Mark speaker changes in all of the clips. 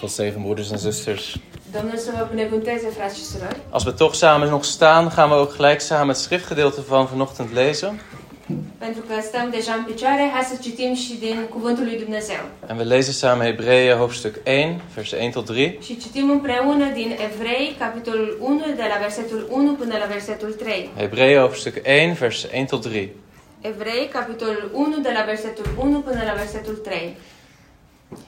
Speaker 1: tot zeven broeders en zusters.
Speaker 2: Domnul să vă binecuvânteze, frați și surori.
Speaker 1: Als we toch samen nog staan, gaan we ook gelijk samen het schriftgedeelte van vanochtend lezen.
Speaker 2: Pentru că stăm deja în picioare, hai să citim și din Cuvântul lui Dumnezeu.
Speaker 1: En we lezen samen Hebreeën hoofdstuk 1, versen 1 tot 3.
Speaker 2: Și citim împreună din Evrei, capitolul 1, de la versetul 1 până la versetul 3.
Speaker 1: Hebreeën hoofdstuk 1, vers 1 tot 3.
Speaker 2: Evrei, capitolul 1, de la versetul 1 până la versetul 3.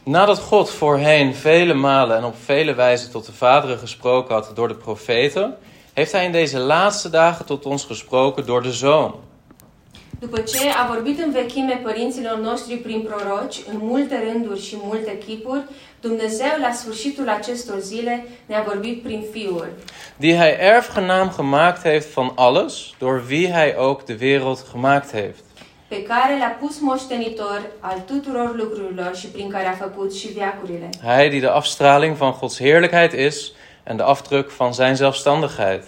Speaker 1: Nadat God voorheen vele malen en op vele wijzen tot de vaderen gesproken had door de profeten, heeft hij in deze laatste dagen tot ons gesproken door de Zoon.
Speaker 2: După ce a vorbit în vechime părinților noștri prin proroci, în multe rânduri și multe chipuri, Dumnezeu, la sfârșitul acestor zile, ne-a vorbit prin Fiul,
Speaker 1: Die hij erfgenaam gemaakt heeft van alles, door wie hij ook de wereld gemaakt heeft.
Speaker 2: pe care l-a pus moștenitor al tuturor lucrurilor și prin care a făcut și veacurile.
Speaker 1: Hij die de afstraling van Gods heerlijkheid is en de afdruk van zijn zelfstandigheid.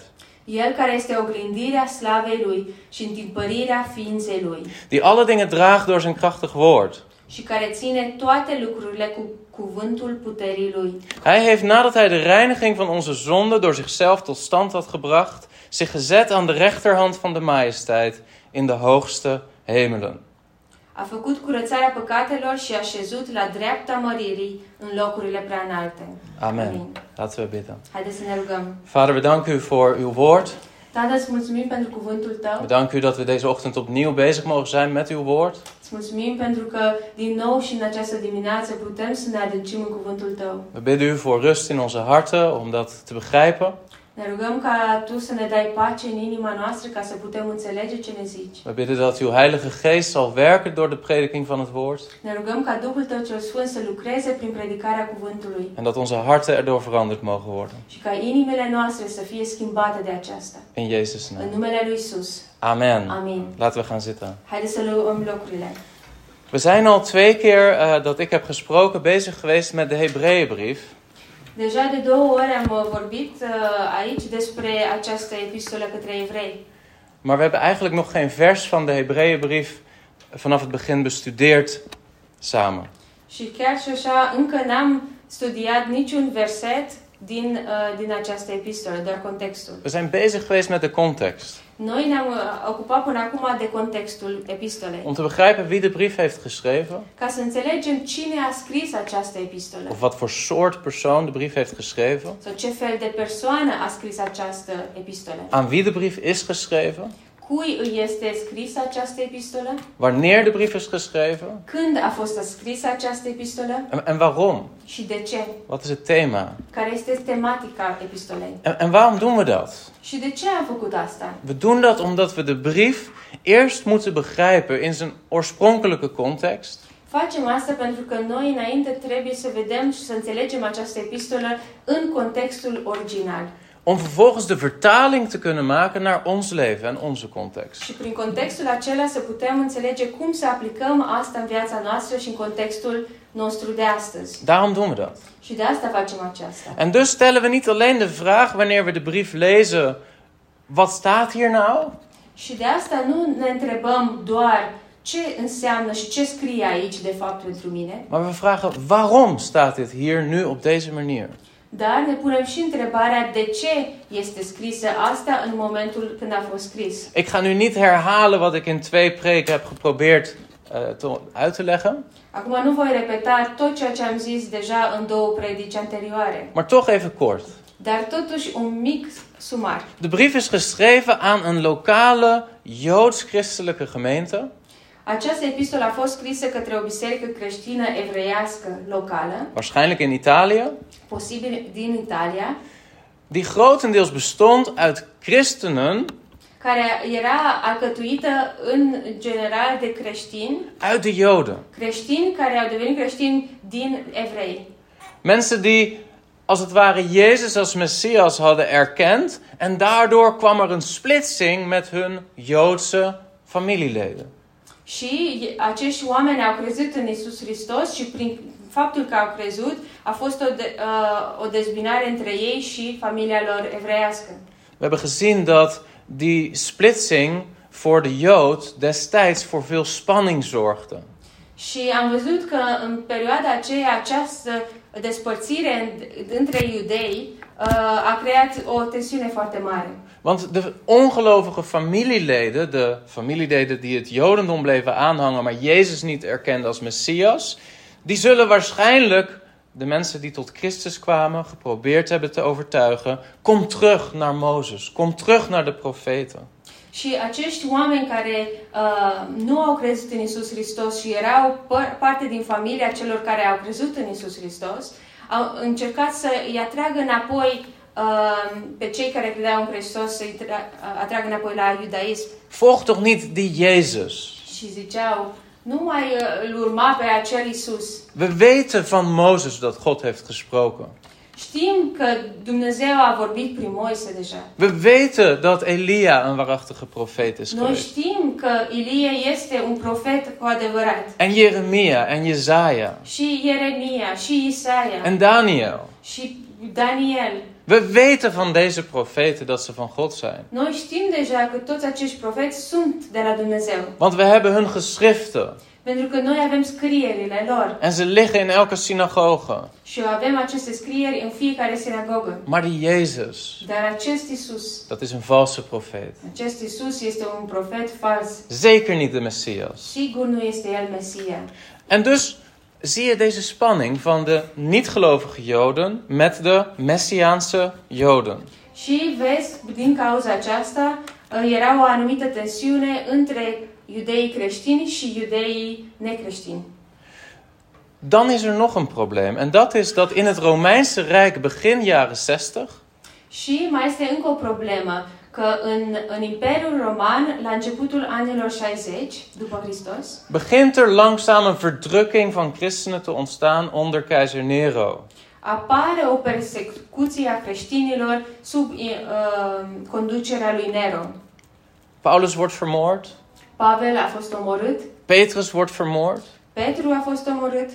Speaker 2: El care este oglindirea slavei lui și întipărirea ființei lui
Speaker 1: Die alle dingen draagt door zijn krachtig woord.
Speaker 2: și care ține toate lucrurile cu cuvântul puterii lui.
Speaker 1: Hij heeft nadat hij de reiniging van onze zonde door zichzelf tot stand had gebracht, zich gezet aan de rechterhand van de majesteit in de hoogste hemelen.
Speaker 2: A făcut curățarea păcatelor și a șezut la dreapta măririi în locurile prea înalte.
Speaker 1: Amen. Laten we bidden.
Speaker 2: Haideți să ne rugăm.
Speaker 1: Vader, we danken u voor uw woord.
Speaker 2: Tată, îți mulțumim pentru cuvântul
Speaker 1: We
Speaker 2: tău.
Speaker 1: danken u dat we deze ochtend opnieuw bezig mogen zijn met uw woord.
Speaker 2: Îți mulțumim pentru că din nou și în această dimineață putem să ne adâncim în cuvântul tău.
Speaker 1: We bidden u voor rust in onze harten om dat te begrijpen.
Speaker 2: Ne rugăm ca tu să ne dai pace în inima noastră ca să putem înțelege ce ne zici.
Speaker 1: We bidden dat uw Heilige Geest zal werken door de prediking van het woord.
Speaker 2: Ne rugăm ca Duhul tău cel Sfânt să lucreze prin predicarea cuvântului
Speaker 1: En dat onze harten erdoor veranderd mogen worden.
Speaker 2: și ca inimile noastre să fie schimbate de aceasta.
Speaker 1: In Jezus'
Speaker 2: În
Speaker 1: naam.
Speaker 2: numele lui Isus.
Speaker 1: Amen.
Speaker 2: Amin.
Speaker 1: Laten we gaan zitten.
Speaker 2: Haideți să luăm locurile.
Speaker 1: We zijn al twee keer eh, dat ik heb gesproken bezig geweest met de Hebreeënbrief.
Speaker 2: Deja de două ori am uh, vorbit uh, aici despre această epistolă către evrei.
Speaker 1: Maar we hebben eigenlijk nog geen vers van de Hebreeënbrief vanaf het begin bestudeerd samen.
Speaker 2: Și chiar și așa încă n-am studiat niciun verset din, uh, din această epistolă, doar contextul.
Speaker 1: We zijn bezig geweest met de context.
Speaker 2: Noi ne-am uh, ocupat până acum de contextul epistolei,
Speaker 1: Om te begrijpen wie de brief heeft geschreven.
Speaker 2: ca să înțelegem cine a scris această epistolă
Speaker 1: Of wat voor soort persoon de brief heeft geschreven.
Speaker 2: sau ce fel de persoană a scris această epistolă.
Speaker 1: Aan wie de brief is geschreven.
Speaker 2: Cui îi este scrisă această epistolă?
Speaker 1: Wanneer de brief is geschreven.
Speaker 2: Când a fost scrisă această epistolă?
Speaker 1: En, en waarom.
Speaker 2: Și de ce?
Speaker 1: Wat is het thema.
Speaker 2: Care este tematica epistolei?
Speaker 1: En, en waarom doen we dat?
Speaker 2: Și de ce am făcut asta?
Speaker 1: We doen dat omdat we de brief eerst moeten begrijpen in zijn oorspronkelijke context.
Speaker 2: Facem asta pentru că noi înainte trebuie să vedem și să înțelegem această epistolă în contextul original.
Speaker 1: Om vervolgens de vertaling te kunnen maken naar ons leven en onze context.
Speaker 2: Și prin contextul acela să putem înțelege cum să aplicăm asta în viața noastră și în contextul nostru de astăzi.
Speaker 1: Daarom doen we dat.
Speaker 2: Și de asta facem aceasta.
Speaker 1: En dus stellen we niet alleen de vraag wanneer we de brief lezen: wat staat hier nou?
Speaker 2: Și de asta nu ne întrebăm doar ce înseamnă și ce scrie aici de fapt pentru mine,
Speaker 1: Maar we vragen: waarom staat dit hier nu op deze manier?
Speaker 2: dar ne punem și întrebarea de ce este scrisă asta în momentul când a fost scris.
Speaker 1: Ik ga nu niet herhalen wat ik in twee preken heb geprobeerd eh, te, uit te leggen.
Speaker 2: Acum nu voi repeta tot ceea ce am zis deja în două predici anterioare,
Speaker 1: Maar toch even kort.
Speaker 2: dar totuși un mic sumar.
Speaker 1: De brief is geschreven aan een lokale joods-christelijke gemeente.
Speaker 2: Această epistolă a fost scrisă către o biserică creștină evreiască locală,
Speaker 1: waarschijnlijk in Italië,
Speaker 2: posibil din Italia,
Speaker 1: die grotendeels bestond uit christenen
Speaker 2: care era alcătuită în general de creștini,
Speaker 1: uit de Joden.
Speaker 2: creștini care au devenit creștini din evrei.
Speaker 1: Mensen die als het ware Jezus als Messias hadden erkend en daardoor kwam er een splitsing met hun Joodse familieleden.
Speaker 2: Și acești oameni au crezut în Isus Hristos și prin faptul că au crezut a fost o, de, uh, o dezbinare între ei și familia lor evreiască.
Speaker 1: We hebben gezien dat die splitsing voor de Jood destijds voor veel spanning zorgde.
Speaker 2: Și am văzut că în perioada aceea această despărțire în- între iudei uh, a creat o tensiune foarte mare.
Speaker 1: Want de ongelovige familieleden, de familieleden die het Jodendom bleven aanhangen, maar Jezus niet erkenden als Messias, die zullen waarschijnlijk de mensen die tot Christus kwamen geprobeerd hebben te overtuigen: kom terug naar Mozes, kom terug naar de profeten.
Speaker 2: Și acești oameni care uh, nu au crezut în Isus Hristos și erau păr- parte din familia celor care au crezut în Isus Hristos, au încercat să îi atragă înapoi uh, pe cei care credeau în Hristos, să îi tra- atragă înapoi la iudaism
Speaker 1: Volg toch niet die Jezus?
Speaker 2: și ziceau, nu mai uh, îl urma pe acel Isus.
Speaker 1: We weten van Mozes dat God heeft gesproken.
Speaker 2: Știm că Dumnezeu a vorbit prin Moise deja.
Speaker 1: We weten dat Elia een waarachtige profeet is
Speaker 2: Noi
Speaker 1: geweest.
Speaker 2: știm că Ilie este un profet cu adevărat.
Speaker 1: En Jeremia en Jezaja
Speaker 2: Și Ieremia, și Isaia,
Speaker 1: en Daniel.
Speaker 2: și Daniel.
Speaker 1: We weten van deze profeten dat ze van God zijn.
Speaker 2: Noi știm deja că toți acești profeți sunt de la Dumnezeu,
Speaker 1: Want we hebben hun geschriften.
Speaker 2: pentru că noi avem scrierile lor
Speaker 1: En ze liggen in elke synagoge.
Speaker 2: și avem aceste scrieri în fiecare sinagogă.
Speaker 1: Maar die Jezus,
Speaker 2: Dar acest Isus,
Speaker 1: dat is een valse profeet.
Speaker 2: acest Isus este un profet fals.
Speaker 1: Zeker niet de Messias.
Speaker 2: Sigur nu este el Mesia.
Speaker 1: En dus zie je deze spanning van de niet-gelovige Joden met de Messiaanse Joden.
Speaker 2: Și vezi, din cauza aceasta, uh, era o anumită tensiune între iudeii creștini și iudeii necreștini.
Speaker 1: Dan is er nog een probleem. En dat is dat in het Romeinse Rijk begin jaren 60
Speaker 2: Și mai este încă o problemă, că în, în Imperiul Roman, la începutul anilor 60, după Hristos,
Speaker 1: begint er langzaam een verdrukking van christenen te ontstaan onder keizer Nero.
Speaker 2: apare o persecuție a creștinilor sub uh, conducerea lui Nero.
Speaker 1: Paulus wordt vermoord.
Speaker 2: Pavel a fost omorât,
Speaker 1: Petrus wordt vermoord.
Speaker 2: Petru a fost omorât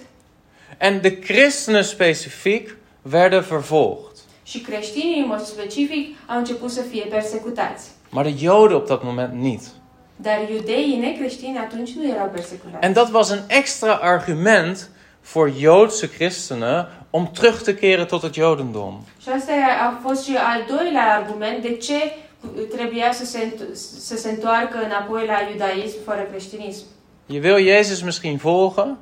Speaker 1: En de christenen specifiek werden vervolgd.
Speaker 2: și creștinii, în mod specific, au început să fie persecutați.
Speaker 1: Maar de Joden op dat moment niet.
Speaker 2: Dar iudeii necreștini atunci nu erau persecutați.
Speaker 1: En dat was een extra argument voor Joodse christenen om terug te keren tot het Jodendom.
Speaker 2: Și asta a fost și al doilea argument de ce trebuia să se, înt- să se întoarcă înapoi la iudaism fără creștinism.
Speaker 1: Je wil Jezus misschien volgen,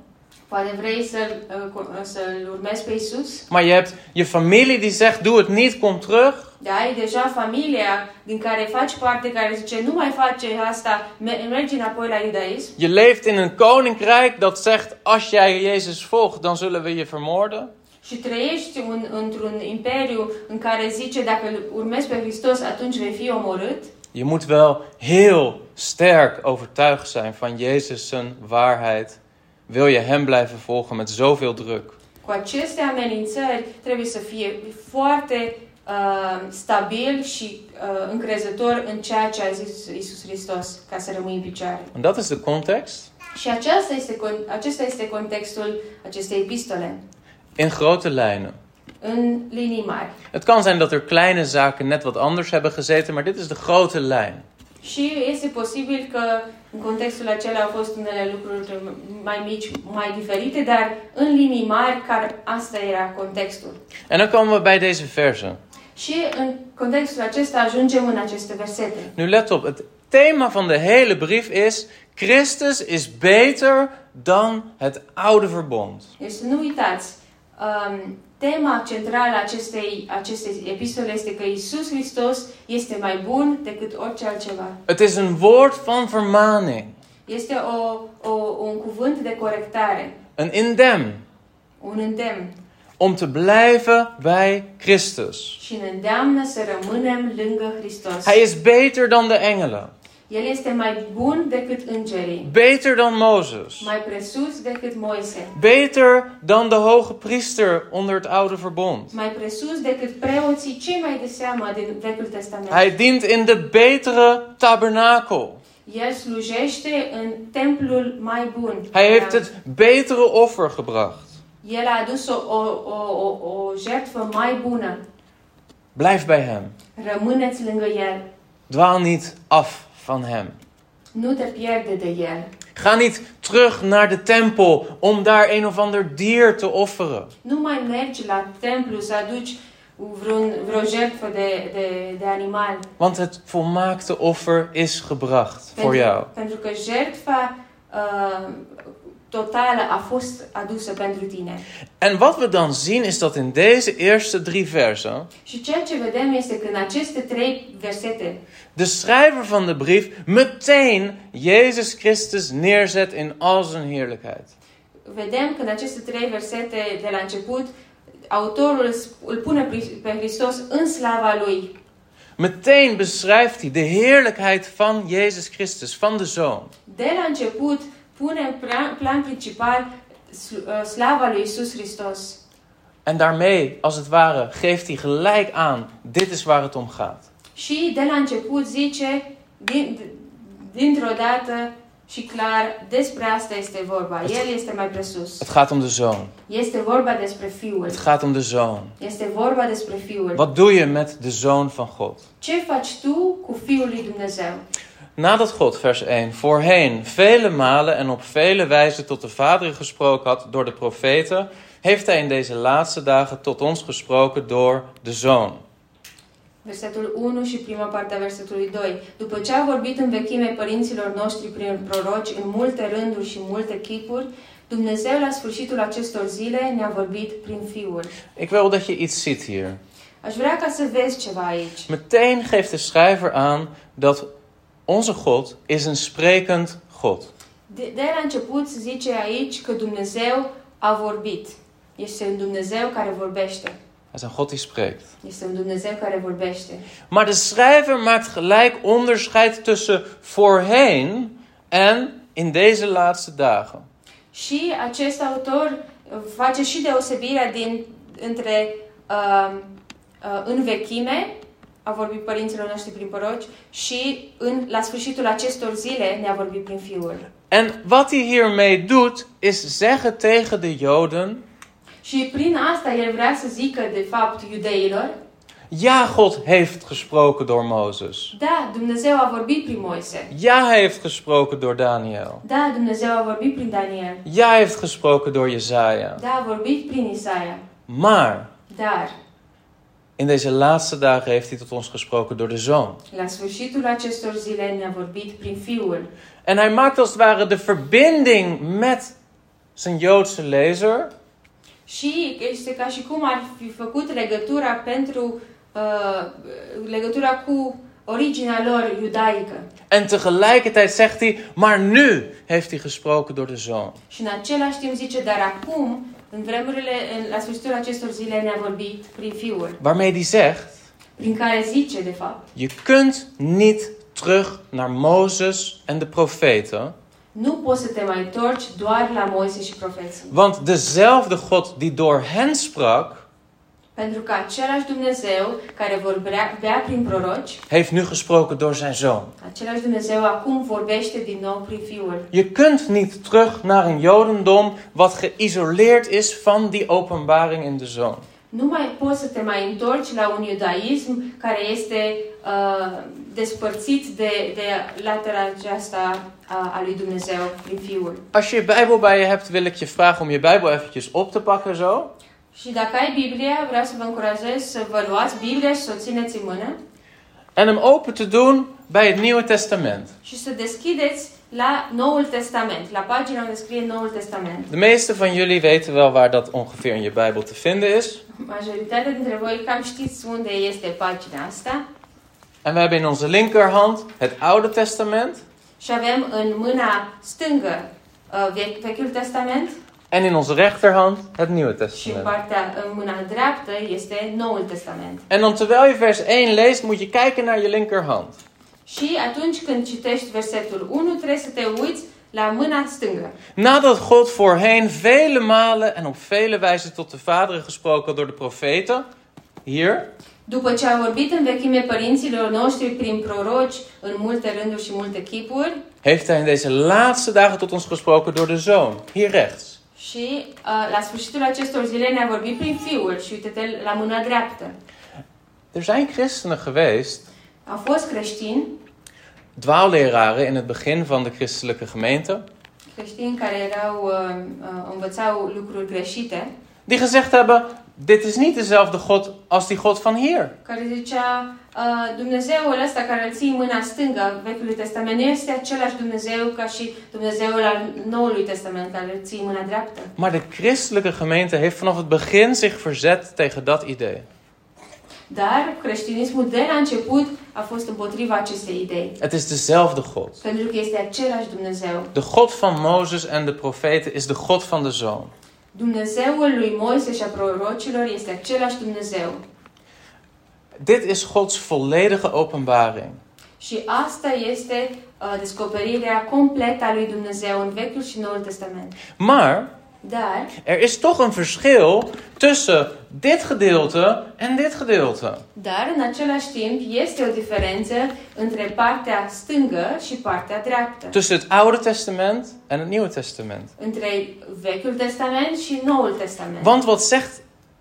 Speaker 2: Poate vrei să-l, uh, co- să-l urmezi pe Isus?
Speaker 1: maar je hebt je familie die zegt: doe het niet, kom terug.
Speaker 2: Dar ai Da, deja familia din care faci parte care zice nu mai face asta, me- mergi înapoi la iudaism.
Speaker 1: Je leeft in een koninkrijk dat zegt: als jij Jezus volgt, dan zullen we je vermoorden.
Speaker 2: Și trăiești un, într-un imperiu în care zice dacă îl urmezi pe Hristos atunci vei fi omorât.
Speaker 1: Je moet wel heel sterk overtuigd zijn van Jezus' zijn waarheid. Wil je hem blijven volgen met zoveel druk?
Speaker 2: Cu aceste amenințări trebuie să fie foarte uh, stabil și uh, încrezător în ceea ce a zis Isus Hristos ca să rămâi în picioare.
Speaker 1: En dat is de context.
Speaker 2: Și aceasta este, con- acesta este contextul acestei epistole,
Speaker 1: In grote lijnen.
Speaker 2: în linii mari.
Speaker 1: Het kan zijn dat er kleine zaken net wat anders hebben gezeten, maar dit is de grote lijn.
Speaker 2: Și este posibil că în contextul acela au fost unele lucruri mai mici, mai diferite, dar în linii mari, care asta era contextul.
Speaker 1: En dan komen we bij deze versen.
Speaker 2: Și în contextul acesta ajungem în aceste versete.
Speaker 1: Nu let op, het thema van de hele brief is: Christus is beter dan het oude verbond.
Speaker 2: Deci să nu uitați, um, tema centrală a acestei, acestei epistole este că Isus Hristos este mai bun decât orice altceva.
Speaker 1: Het is een woord van vermaning,
Speaker 2: Este o, o, un cuvânt de corectare,
Speaker 1: een indem,
Speaker 2: un îndemn
Speaker 1: om te blijven bij Christus.
Speaker 2: și ne îndeamnă să rămânem lângă Hristos.
Speaker 1: Hij is beter dan de engelen,
Speaker 2: El este mai bun decât îngerii,
Speaker 1: beter dan Mozes,
Speaker 2: mai presus decât Moise,
Speaker 1: beter dan de hoge priester onder het oude verbond.
Speaker 2: mai presus decât preoții cei mai de seamă din Vechiul Testament.
Speaker 1: Hij dient in de betere tabernakel.
Speaker 2: El slujește în templul mai bun.
Speaker 1: Hij heeft het betere offer gebracht.
Speaker 2: El a adus o, o, o, o, o jertfă mai bună.
Speaker 1: Blijf bij hem.
Speaker 2: Rămâneți lângă El.
Speaker 1: Dwaal niet af van hem.
Speaker 2: Nu te pierde de El.
Speaker 1: Ga niet terug naar de tempel om daar een of ander dier te offeren.
Speaker 2: Nu mai mergi la templu să aduci vreun, vreo jertfă de, de, de animal.
Speaker 1: Want het volmaakte offer is gebracht voor jou.
Speaker 2: pentru că jertfa uh, totală a fost adusă pentru tine.
Speaker 1: En wat we dan zien is dat in deze eerste drie versen
Speaker 2: Și ceea ce vedem este că în aceste trei versete
Speaker 1: de schrijver van de brief meteen Jezus Christus neerzet in al zijn heerlijkheid.
Speaker 2: vedem că în aceste trei versete de la început autorul sp- îl pune pri- pe Hristos în slava lui.
Speaker 1: Meteen beschrijft hij de heerlijkheid van Jezus Christus, van de Zoon.
Speaker 2: De la început pune în plan, plan principal sl- uh, slava lui Isus Hristos.
Speaker 1: En daarmee, als het ware, geeft hij gelijk aan: dit is waar het om gaat.
Speaker 2: Și de la început zice, din, dintr-o dată și clar, despre asta este vorba. El este mai presus.
Speaker 1: Het gaat om de Zoon.
Speaker 2: Este vorba despre Fiul.
Speaker 1: Het gaat om de Zoon.
Speaker 2: Este vorba despre Fiul.
Speaker 1: Wat doe je met de Zoon van God?
Speaker 2: Ce faci tu cu Fiul lui Dumnezeu?
Speaker 1: Nadat God, vers 1, voorheen vele malen en op vele wijzen tot de vaderen gesproken had door de profeten, heeft hij in deze laatste dagen tot ons gesproken door de Zoon.
Speaker 2: Versetul 1 și prima parte a versetului 2. După ce a vorbit în vechime părinților noștri prin proroci în multe rânduri și multe chipuri, Dumnezeu la sfârșitul acestor zile ne-a vorbit prin Fiul.
Speaker 1: Ik wil dat je iets ziet hier.
Speaker 2: Aș vrea ca să vezi ceva aici.
Speaker 1: Meteen geeft de schrijver aan dat onze God is een sprekend God.
Speaker 2: De, de la început se zice aici că Dumnezeu a vorbit. Este un Dumnezeu care vorbește.
Speaker 1: Hij is een God die spreekt.
Speaker 2: Este un Dumnezeu care vorbește.
Speaker 1: Maar de schrijver maakt gelijk onderscheid tussen voorheen en in deze laatste dagen.
Speaker 2: Și acest autor uh, face și deosebirea din, între uh, uh, în vechime, a vorbit părinților noștri prin poroci, și în, la sfârșitul acestor zile ne-a vorbit prin Fiul.
Speaker 1: En wat hij hiermee doet, is zeggen tegen de Joden:
Speaker 2: Și prin asta el vrea să zică, de fapt, iudeilor,
Speaker 1: Ja, God heeft gesproken door Mozes.
Speaker 2: da, Dumnezeu a vorbit prin Moise,
Speaker 1: Ja, hij heeft gesproken door Daniel.
Speaker 2: da, Dumnezeu a vorbit prin Daniel,
Speaker 1: Ja, hij heeft gesproken door Jezaja.
Speaker 2: da, a vorbit prin Isaia,
Speaker 1: Maar
Speaker 2: dar
Speaker 1: in deze laatste dagen heeft hij tot ons gesproken door de Zoon.
Speaker 2: la sfârșitul acestor zile ne-a vorbit prin Fiul.
Speaker 1: En hij maakt als het ware de verbinding met zijn Joodse lezer.
Speaker 2: Și este ca și cum ar fi făcut legătura pentru uh, legătura cu originea lor iudaică.
Speaker 1: En tegelijkertijd zegt hij, maar nu heeft hij gesproken door de zoon.
Speaker 2: Și în același timp zice, dar acum, în vremurile, în, la sfârșitul acestor zile ne-a vorbit prin Fiul,
Speaker 1: Waarmee hij zegt,
Speaker 2: prin care zice, de fapt,
Speaker 1: je kunt niet terug naar Mozes en de profeten.
Speaker 2: nu poți să te mai întorci doar la Moise și profeții.
Speaker 1: Want dezelfde God die door hen sprak,
Speaker 2: Pentru că același Dumnezeu care vorbea vorbea prin proroci,
Speaker 1: heeft nu gesproken door zijn zoon.
Speaker 2: același Dumnezeu acum vorbește din nou prin Fiul.
Speaker 1: Je kunt niet terug naar een jodendom wat geïsoleerd is van die openbaring in de zoon.
Speaker 2: Nu mai poți să te mai întorci la un iudaism care este uh, despărțit de, de latura aceasta a, a lui Dumnezeu prin Fiul.
Speaker 1: Als je je Bijbel bij je hebt, wil ik je vragen om je Bijbel eventjes op te pakken zo.
Speaker 2: Și dacă ai Biblia, vreau să vă încurajez să vă luați Biblia și să o țineți în mână
Speaker 1: En hem open te doen bij het Nieuwe Testament.
Speaker 2: și să deschideți la Noul Testament, la pagina unde scrie Noul Testament.
Speaker 1: De meesten van jullie weten wel waar dat ongeveer in je Bijbel te vinden is.
Speaker 2: Majoritatea dintre voi cam știți unde este pagina asta
Speaker 1: En we hebben in onze linkerhand het Oude Testament
Speaker 2: și avem în mâna stângă uh, Ve- Vechiul Testament
Speaker 1: en in onze rechterhand het Nieuwe
Speaker 2: Și în
Speaker 1: Testament.
Speaker 2: partea, în mâna dreaptă, este Noul Testament.
Speaker 1: En dan terwijl je vers 1 leest, moet je kijken naar je linkerhand.
Speaker 2: Și atunci când citești versetul 1, trebuie să te uiți la mâna stângă.
Speaker 1: Nadat God voorheen vele malen en op vele wijzen tot de vaderen gesproken had door de profeten, hier,
Speaker 2: După ce a vorbit în vechime părinților noștri prin proroci, în multe rânduri și multe chipuri,
Speaker 1: heeft hij in deze laatste dagen tot ons gesproken door de Zoon, hier rechts.
Speaker 2: și uh, la sfârșitul acestor zile ne-a vorbit prin Fiul și uite-te la mâna dreaptă.
Speaker 1: Er zijn christenen geweest
Speaker 2: Au fost creștini,
Speaker 1: dwaalleraren in het begin van de christelijke gemeente
Speaker 2: creștini care erau, uh, uh, învățau lucruri greșite,
Speaker 1: Die gezegd hebben, dit is niet dezelfde God als die God van hier.
Speaker 2: care zicea uh, Dumnezeul ăsta care îl ții în mâna stângă a Vechiului Testament nu este același Dumnezeu ca și Dumnezeul al Noului Testament care îl ții în mâna dreaptă.
Speaker 1: Maar de christelijke gemeente heeft vanaf het begin zich verzet tegen dat idee.
Speaker 2: Dar creștinismul de la început a fost împotriva acestei idei,
Speaker 1: Het is dezelfde God.
Speaker 2: pentru că este același Dumnezeu.
Speaker 1: De God van Mozes en de profeten is de God van de Zoon.
Speaker 2: Dumnezeul lui Moise și a prorocilor este același Dumnezeu.
Speaker 1: Dit is Gods volledige openbaring.
Speaker 2: Și asta este uh, descoperirea completă a lui Dumnezeu în Vechiul și Noul Testament.
Speaker 1: Maar
Speaker 2: Dar
Speaker 1: er is toch een verschil tussen dit gedeelte en dit gedeelte.
Speaker 2: Dar, în același timp, este o diferență între partea stângă și partea dreaptă.
Speaker 1: Tussen het Oude Testament en het Nieuwe Testament.
Speaker 2: Între Vechiul Testament și Noul Testament.
Speaker 1: Want wat zegt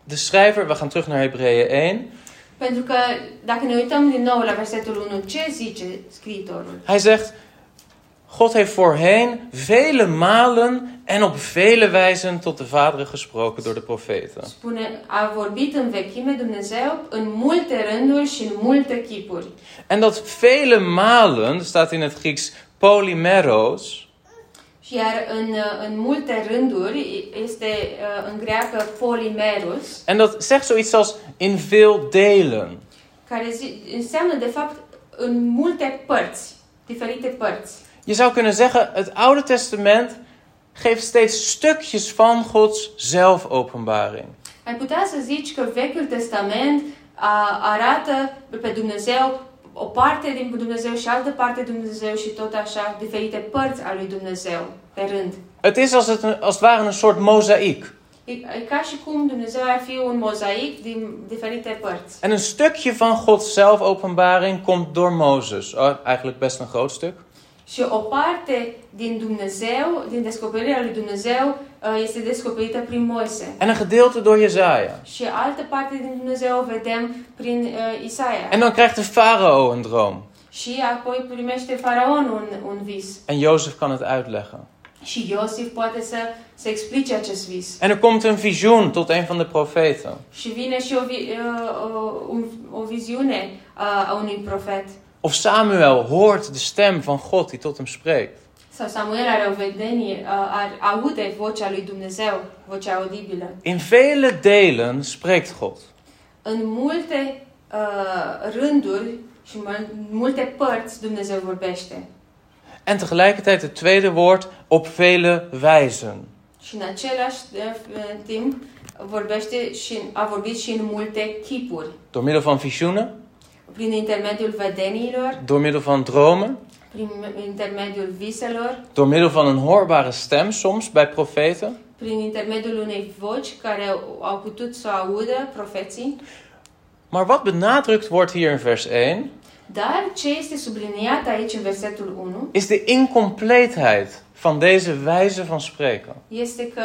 Speaker 1: de schrijver, we gaan terug naar Hebreeën 1.
Speaker 2: Pentru că, dacă ne uităm din nou la versetul 1, ce zice scriitorul?
Speaker 1: Hij zegt, God heeft voorheen vele malen en op vele wijzen tot de vaderen gesproken door de profeten.
Speaker 2: Spune, a vorbit în vechime Dumnezeu în multe rânduri și în multe chipuri.
Speaker 1: En dat vele malen, staat in het Grieks polymeros,
Speaker 2: Și iar în, uh, în multe rânduri este uh, în greacă polimerus,
Speaker 1: En dat zegt zoiets als in veel delen.
Speaker 2: care zi, înseamnă, de fapt, în multe părți, diferite părți.
Speaker 1: Je zou kunnen zeggen, het Oude Testament geeft steeds stukjes van Gods zelfopenbaring.
Speaker 2: Ai putea să zici că Vechiul Testament a, arată pe Dumnezeu o parte din Dumnezeu și altă parte din Dumnezeu și tot așa diferite părți a lui Dumnezeu pe rând.
Speaker 1: Het is als het, als het ware een soort mozaïek.
Speaker 2: E, e ca și cum Dumnezeu ar fi un mozaic din diferite părți.
Speaker 1: En een stukje van Gods zelfopenbaring komt door Mozes. Oh, eigenlijk best een groot stuk.
Speaker 2: Și o parte din Dumnezeu, din descoperirea lui Dumnezeu, ă, este descoperită prin Moise.
Speaker 1: En een gedeelte door Jezaja.
Speaker 2: Și altă parte din Dumnezeu o vedem prin uh, Isaia.
Speaker 1: En dan krijgt de farao een droom.
Speaker 2: Și apoi primește faraonul un, un vis.
Speaker 1: En Jozef kan het uitleggen.
Speaker 2: Și Iosif poate să, să explice acest vis.
Speaker 1: En er komt een visioen tot een van de profeten.
Speaker 2: Și vine și o, vi, uh, o, un, o viziune uh, a unui profet.
Speaker 1: Of Samuel hoort de stem van God die tot hem spreekt.
Speaker 2: Sau Samuel are o vedenie, uh, ar, aude vocea lui Dumnezeu, vocea audibilă.
Speaker 1: In vele delen spreekt God.
Speaker 2: În multe uh, rânduri și în mai- multe părți Dumnezeu vorbește.
Speaker 1: En tegelijkertijd het tweede woord op vele wijzen.
Speaker 2: Și în același uh, timp vorbește și în- a vorbit și în multe chipuri.
Speaker 1: Door middel van visioenen,
Speaker 2: Prin intermediul vedeniilor,
Speaker 1: door middel van dromen,
Speaker 2: prin intermediul viselor,
Speaker 1: door middel van een hoorbare stem soms bij profeten.
Speaker 2: prin intermediul unei voci care au putut să o audă profeții.
Speaker 1: Maar wat benadrukt wordt hier in vers 1
Speaker 2: Dar ce este subliniat aici în versetul 1
Speaker 1: is de incompleetheid van deze wijze van spreken.
Speaker 2: este că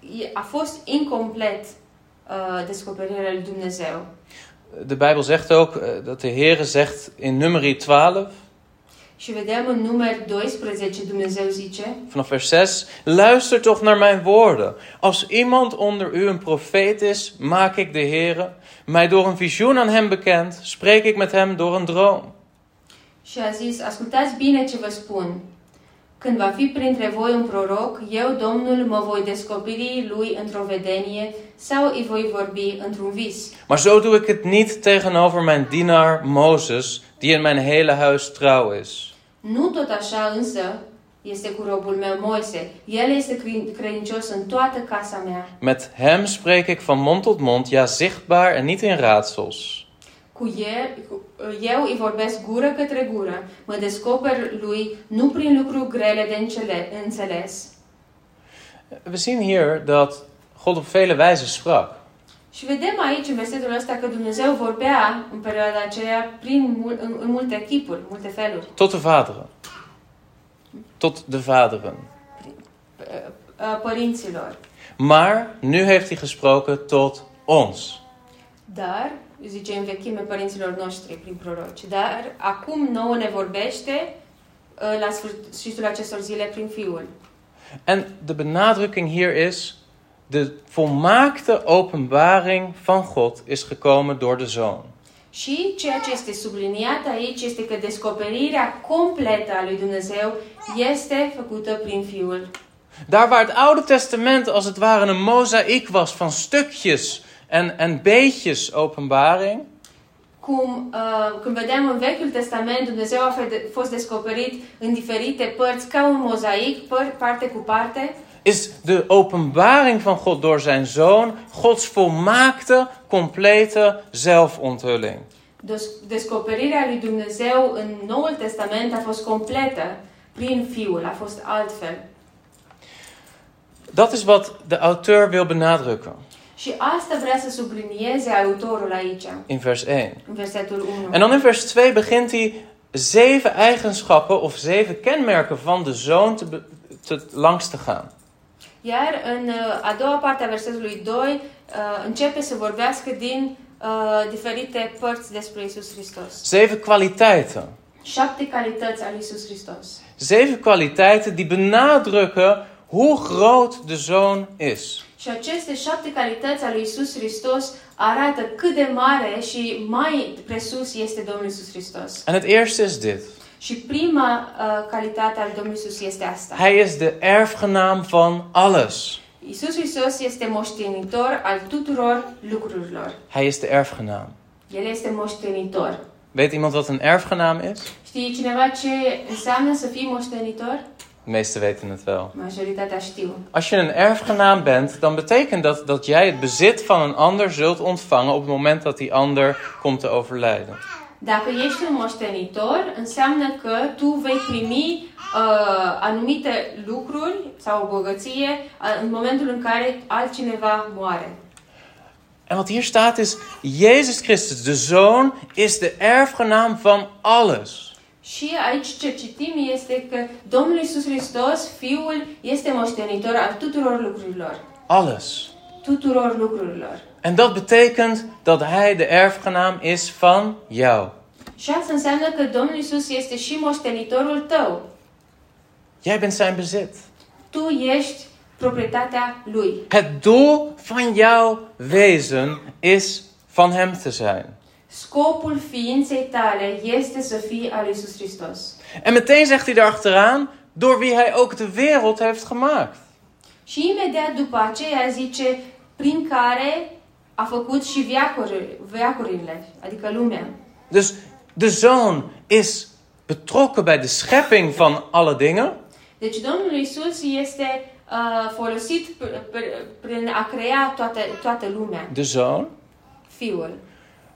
Speaker 2: e- a fost incomplet uh, descoperirea lui Dumnezeu.
Speaker 1: De Bijbel zegt ook eh, dat de Heere zegt in nummerie 12
Speaker 2: Și vedem în număr 12, Dumnezeu zice,
Speaker 1: Vanaf vers 6. Luister toch naar mijn woorden. Als iemand onder u een profeet is, maak ik de Heere mij door een visioen aan hem bekend, spreek ik met hem door een droom.
Speaker 2: și a zis, ascultați bine ce vă spun. Când va fi printre voi un proroc, eu, Domnul, mă voi descoperi lui într-o vedenie sau îi voi vorbi într-un vis.
Speaker 1: Maar zo doe ik het niet tegenover mijn dienaar Mozes, die in mijn hele huis trouw is.
Speaker 2: Nu tot așa însă este cu robul meu Moise. El este crin- credincios în toată casa mea.
Speaker 1: Met hem spreek ik van mond tot mond, ja zichtbaar en niet in raadsels.
Speaker 2: Cu el, cu, eu îi vorbesc gură către gură, mă descoper lui nu prin lucruri grele de încele- înțeles.
Speaker 1: We zien hier dat God op vele wijzen sprak.
Speaker 2: Și vedem aici, în versetul ăsta, că Dumnezeu vorbea în perioada aceea prin mul- în, în multe chipuri, multe feluri.
Speaker 1: Tot de vaderen. Tot de vaderen.
Speaker 2: P- uh, Părinților.
Speaker 1: Maar nu heeft hij gesproken tot ons.
Speaker 2: Dar, zice în vechime părinților noștri prin proroci, dar ă, acum nouă ne vorbește uh, la sfârșitul acestor zile prin Fiul.
Speaker 1: En de benadrukking hier is: de volmaakte openbaring van God is gekomen door de Zoon.
Speaker 2: Și ceea ce este subliniat aici este că descoperirea completă a lui Dumnezeu este făcută prin Fiul.
Speaker 1: Daar waar het Oude Testament als het ware een mozaïek was van stukjes en, en beetjes openbaring,
Speaker 2: Cum uh, când vedem în Vechiul Testament, Dumnezeu a fe- fost descoperit în diferite părți, ca un mozaic, păr- parte cu parte,
Speaker 1: is de openbaring van God door zijn Zoon Gods volmaakte, complete zelfonthulling.
Speaker 2: Des- descoperirea lui Dumnezeu în Noul Testament a fost completă prin Fiul, a fost altfel.
Speaker 1: Dat is wat de auteur wil benadrukken
Speaker 2: Și asta vrea să sublinieze autorul aici,
Speaker 1: in vers 1.
Speaker 2: în versetul 1.
Speaker 1: En dan in vers 2 begint hij zeven eigenschappen of zeven kenmerken van de zoon te, be- te- langs te gaan.
Speaker 2: Iar în uh, a doua parte a versetului 2 uh, începe să vorbească din uh, diferite părți despre Isus Hristos.
Speaker 1: Zeven kwaliteiten.
Speaker 2: Șapte calități ale Isus Hristos.
Speaker 1: Zeven kwaliteiten die benadrukken hoe groot de zoon is.
Speaker 2: Și aceste șapte calități ale Isus Hristos arată cât de mare și mai presus este Domnul Isus Hristos.
Speaker 1: En het eerste is dit.
Speaker 2: Și prima uh, calitate al Domnului Isus este asta.
Speaker 1: Hij is de erfgenaam van alles.
Speaker 2: Isus Hristos este moștenitor al tuturor lucrurilor.
Speaker 1: Hij is de erfgenaam.
Speaker 2: El este moștenitor.
Speaker 1: Weet iemand wat een erfgenaam is?
Speaker 2: Știe cineva ce înseamnă să fii moștenitor?
Speaker 1: De meesten weten het wel.
Speaker 2: Majoritatea știu.
Speaker 1: Als je een erfgenaam bent, dan betekent dat dat jij het bezit van een ander zult ontvangen op het moment dat die ander komt te overlijden.
Speaker 2: Dacă ești un moștenitor, înseamnă că tu vei primi uh, anumite lucruri sau o bogăție uh, în momentul în care altcineva moare.
Speaker 1: En wat hier staat is, Jezus Christus, de Zoon, is de erfgenaam van alles.
Speaker 2: Și aici ce citim este că Domnul Isus Hristos, Fiul, este moștenitor al tuturor lucrurilor.
Speaker 1: Alles.
Speaker 2: Tuturor lucrurilor.
Speaker 1: En dat betekent dat Hij de erfgenaam is van jou.
Speaker 2: Și asta înseamnă că Domnul Isus este și moștenitorul tău.
Speaker 1: Jij bent zijn bezit.
Speaker 2: Tu ești proprietatea Lui.
Speaker 1: Het doel van jouw wezen is van Hem te zijn.
Speaker 2: Scopul ființei tale este să fii al lui Isus Hristos.
Speaker 1: En meteen zegt hij daarachteraan, door wie Hij ook de wereld heeft gemaakt.
Speaker 2: Și imediat după aceea zice, prin care a făcut și veacuri, veacurile, adică lumea.
Speaker 1: Dus de zoon is betrokken bij de schepping van alle dingen.
Speaker 2: Deci Domnul Isus este uh, folosit pr- pr- prin a crea toată, toată lumea,
Speaker 1: De zoon.
Speaker 2: Fiul.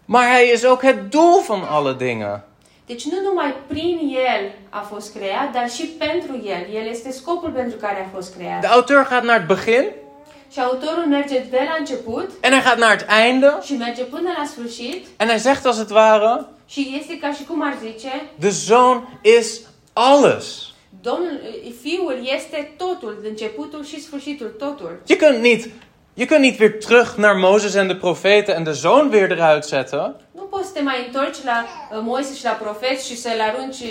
Speaker 1: Maar hij is ook het doel van alle dingen.
Speaker 2: Deci nu numai prin El a fost creat, dar și pentru El. El este scopul pentru care a fost
Speaker 1: De
Speaker 2: creat.
Speaker 1: auteur gaat naar het begin
Speaker 2: Și autorul merge de la început
Speaker 1: en hij gaat naar het einde.
Speaker 2: și merge până la sfârșit
Speaker 1: En hij zegt als het ware,
Speaker 2: și este ca și cum ar zice,
Speaker 1: de zoon is alles.
Speaker 2: Domnul, uh, fiul este totul, începutul și sfârșitul, totul.
Speaker 1: Je kunt niet, je kunt niet weer terug naar Mozes en de profeten en de zoon weer eruit zetten.
Speaker 2: Nu poți să te mai întorci la uh, Moise și la profeți și să-l arunci uh,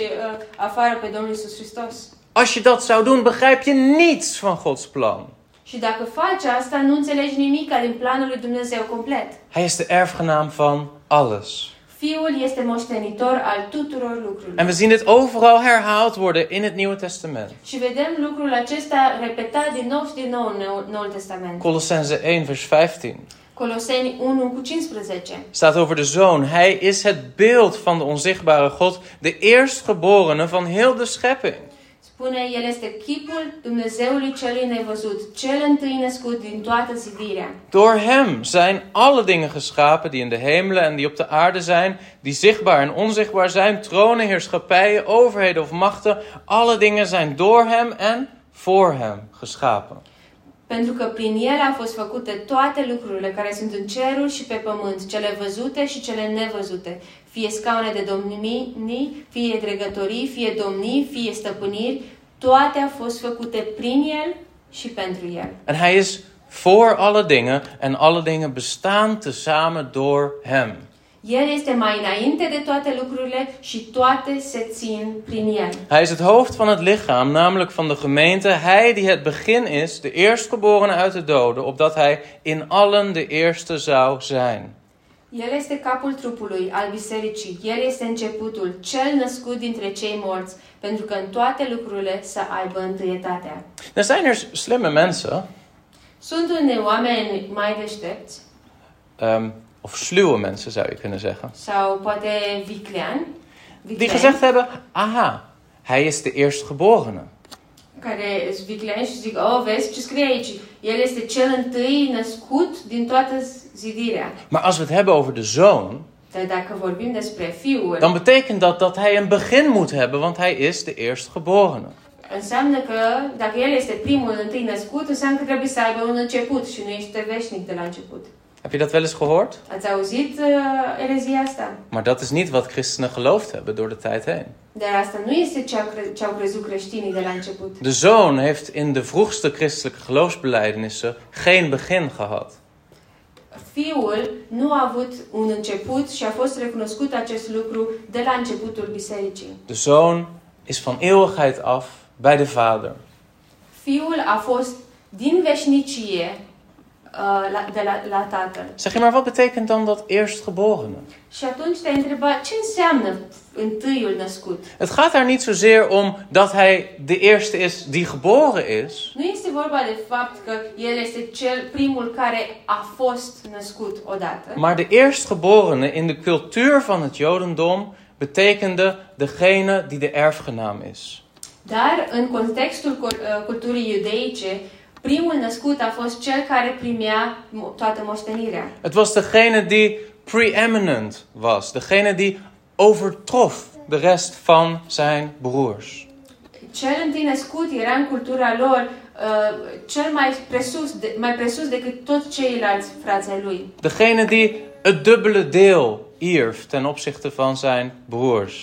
Speaker 2: afară pe Domnul Isus Hristos.
Speaker 1: Als je dat zou doen, begrijp je niets van Gods plan.
Speaker 2: Și dacă faci asta, nu înțelegi nimic din planul lui Dumnezeu complet.
Speaker 1: Hij is de erfgenaam van alles.
Speaker 2: Fiul este moștenitor al tuturor lucrurilor.
Speaker 1: En we zien dit overal herhaald worden in het Nieuwe Testament.
Speaker 2: Și vedem lucrul acesta repetat din nou și din nou în Neu- Noul Testament.
Speaker 1: Colossense 1, vers 15
Speaker 2: Coloseni 1 cu 15.
Speaker 1: staat over de zoon. Hij is het beeld van de onzichtbare God, de eerstgeborene van heel de schepping.
Speaker 2: Spune, el este chipul Dumnezeului celui nevăzut, cel întâi născut din toată zidirea.
Speaker 1: Door hem zijn alle dingen geschapen die in de hemelen en die op de aarde zijn, die zichtbaar en onzichtbaar zijn, tronen, heerschappijen, overheden of machten. Alle dingen zijn door hem en voor hem geschapen.
Speaker 2: Pentru că prin el au fost făcute toate lucrurile care sunt în cerul și pe pământ, cele văzute și cele nevăzute, fie scaune de domnii, fie dregătorii, fie domnii, fie stăpâniri, toate au fost făcute prin el și pentru el.
Speaker 1: En hij is voor alle dingen en alle dingen bestaan tezamen door hem.
Speaker 2: El este mai înainte de toate lucrurile și toate se țin prin el.
Speaker 1: Hij is het hoofd van het lichaam, namelijk van de gemeente. Hij die het begin is, de eerstgeborene uit de doden, opdat hij in allen de eerste zou zijn.
Speaker 2: El este capul trupului al bisericii, el este începutul, cel născut dintre cei morți, pentru că în toate lucrurile să aibă întâietatea.
Speaker 1: Er zijn er slimme mensen,
Speaker 2: Sunt unei oameni mai deștepți
Speaker 1: ehm, of sluwe mensen zou je kunnen zeggen,
Speaker 2: sau poate vicleani,
Speaker 1: die
Speaker 2: vicleani
Speaker 1: gezegd hebben: aha, hij is de eerstgeborene.
Speaker 2: care sunt vicleani și zic, oh, vezi ce scrie aici, el este cel întâi născut din toată zidirea.
Speaker 1: Maar als we het hebben over de zoon,
Speaker 2: Dar dacă vorbim despre fiul,
Speaker 1: dan betekent dat dat hij een begin moet hebben, want hij is de eerstgeborene.
Speaker 2: Înseamnă că dacă el este primul întâi născut, înseamnă că trebuie să aibă un început și nu este veșnic de la început.
Speaker 1: Heb je dat wel eens gehoord?
Speaker 2: Ați auzit uh, erezia asta?
Speaker 1: Maar dat is niet wat christenen geloofd hebben door de tijd heen.
Speaker 2: Dar asta nu este ce au, cre- ce au crezut creștinii de la început.
Speaker 1: De zoon heeft in de vroegste christelijke geloofsbelijdenissen geen begin gehad.
Speaker 2: Fiul nu a avut un început și a fost recunoscut acest lucru de la începutul bisericii.
Speaker 1: De zoon is van eeuwigheid af bij de vader.
Speaker 2: Fiul a fost din veșnicie uh, la, de la, la tatăl.
Speaker 1: Zeg je maar, wat betekent dan dat eerstgeborene?
Speaker 2: Și atunci te întreba ce înseamnă întâiul născut.
Speaker 1: Het gaat daar niet zozeer om dat hij de eerste is die geboren is.
Speaker 2: Nu este vorba de fapt că el este cel primul care a fost născut odată,
Speaker 1: Maar de eerstgeborene in de cultuur van het Jodendom betekende degene die de erfgenaam is.
Speaker 2: dar în contextul cul- uh, culturii iudeice, primul născut a fost cel care primea mo- toată moștenirea.
Speaker 1: Het was degene die preeminent was, degene die overtrof de rest van zijn broers.
Speaker 2: Cel întâi născut era în cultura lor uh, cel mai presus, de, mai presus decât toți ceilalți frați ai lui.
Speaker 1: Degene die het dubbele deel ierf ten opzichte van zijn broers.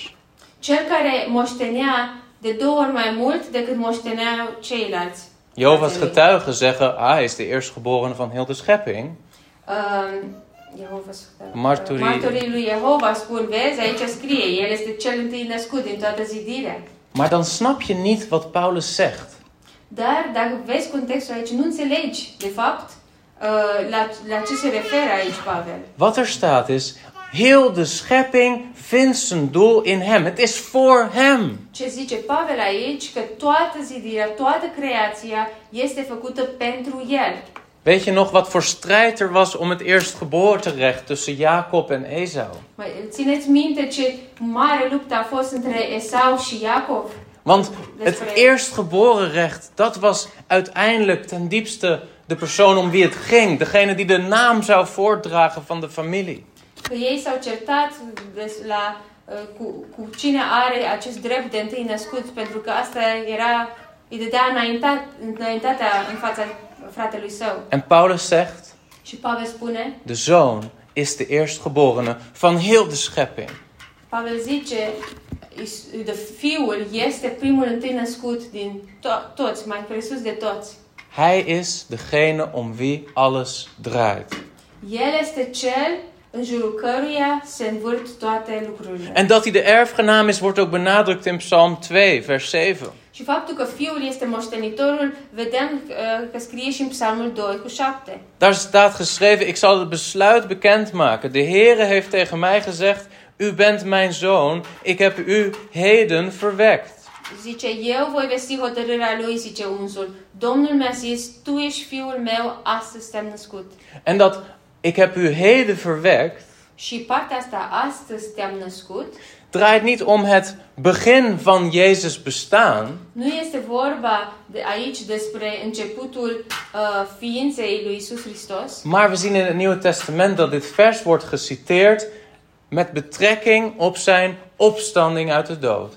Speaker 2: Cel care moștenea de două ori mai mult decât moșteneau ceilalți.
Speaker 1: Jehovah's
Speaker 2: frații lui.
Speaker 1: getuigen zeggen, ah, hij is de eerstgeborene van heel de schepping.
Speaker 2: Um, Jehova spune-
Speaker 1: Marturii-
Speaker 2: Marturii lui Jehova spun, vezi, aici scrie, el este cel întâi născut din toată zidirea.
Speaker 1: Maar dan snap je niet wat Paulus zegt.
Speaker 2: Dar dacă vezi contextul aici, nu înțelegi, de fapt, uh, la, la ce se referă aici Pavel.
Speaker 1: Wat er staat is, heel de schepping vindt zijn doel in hem. Het is voor hem.
Speaker 2: Ce zice Pavel aici, că toată zidirea, toată creația este făcută pentru el.
Speaker 1: Weet je nog wat voor strijd er was om het eerstgeboorterecht tussen Jacob en Esau?
Speaker 2: Mai- Țineți minte ce mare luptă a fost între Esau și Iacov?
Speaker 1: Want het eerstgeboren recht, dat was uiteindelijk ten diepste de persoon om wie het ging. Degene die de naam zou voortdragen van de familie.
Speaker 2: Că ei s-au certat des- la, uh, cu, cu cine are acest drept de întâi născut, pentru că asta era, îi dădea înaintat, înaintatea în fața fratelui său.
Speaker 1: En Paulus zegt,
Speaker 2: Și Pavel spune,
Speaker 1: de zoon is de eerstgeborene van heel de schepping.
Speaker 2: Pavel zice, Iis- de fiul este primul întâi născut din to- toți, mai presus de toți.
Speaker 1: Hij is degene om wie alles draait.
Speaker 2: El este cel în jurul căruia se învârt toate lucrurile.
Speaker 1: En dat hij de erfgenaam is, wordt ook benadrukt in Psalm 2, vers 7.
Speaker 2: Și faptul că fiul este moștenitorul, vedem uh, că scrie și în Psalmul 2 cu 7.
Speaker 1: Daar staat geschreven: Ik zal het besluit bekendmaken. De Heere heeft tegen mij gezegd: U bent mijn zoon, ik heb u heden verwekt.
Speaker 2: Zice, eu voi vesti hotărârea lui, zice unsul. Domnul mi-a zis, tu ești fiul meu, astăzi te-am născut.
Speaker 1: En dat ik heb u heden verwekt
Speaker 2: Și partea asta, astăzi te-am născut,
Speaker 1: draait niet om het begin van Jezus bestaan,
Speaker 2: nu este vorba de aici despre începutul uh, ființei lui Isus Hristos,
Speaker 1: maar we zien in het Nieuwe Testament dat dit vers wordt geciteerd met betrekking op zijn opstanding uit de dood.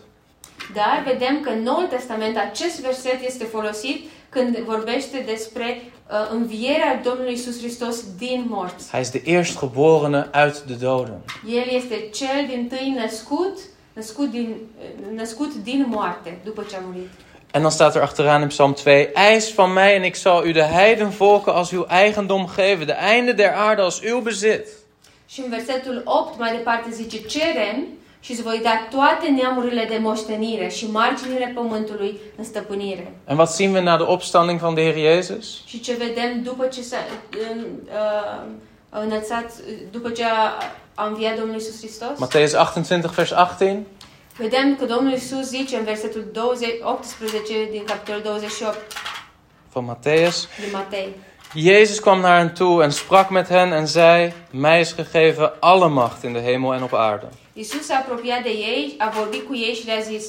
Speaker 2: dar vedem că în Noul Testament acest verset este folosit când vorbește despre uh, învierea Domnului Isus Hristos din morți.
Speaker 1: Hij is de eerstgeborene uit de doden.
Speaker 2: El este cel din tâi născut, născut din, uh, născut din moarte, după ce a murit.
Speaker 1: En dan staat er achteraan in Psalm 2: Eis van mij en ik zal u de heidenvolken als uw eigendom geven, de einde der aarde als uw bezit.
Speaker 2: Și în versetul 8 mai departe zice, cerem și îți voi da toate neamurile de moștenire și marginile pământului în stăpânire.
Speaker 1: En wat zien we na de opstanding van de Heer Jezus?
Speaker 2: Și ce vedem după ce s-a în, uh, înălțat, după ce a, a înviat Domnul Isus Hristos?
Speaker 1: Matthäus 28, vers 18.
Speaker 2: Vedem că Domnul Isus zice în versetul 20, 18 din capitolul 28
Speaker 1: Van Matthäus.
Speaker 2: din Matei.
Speaker 1: Jezus kwam naar hen toe en sprak met hen en zei: Mij is gegeven alle macht in de hemel en op aarde.
Speaker 2: Isus s-a apropiat de ei, a vorbit cu ei și le-a zis,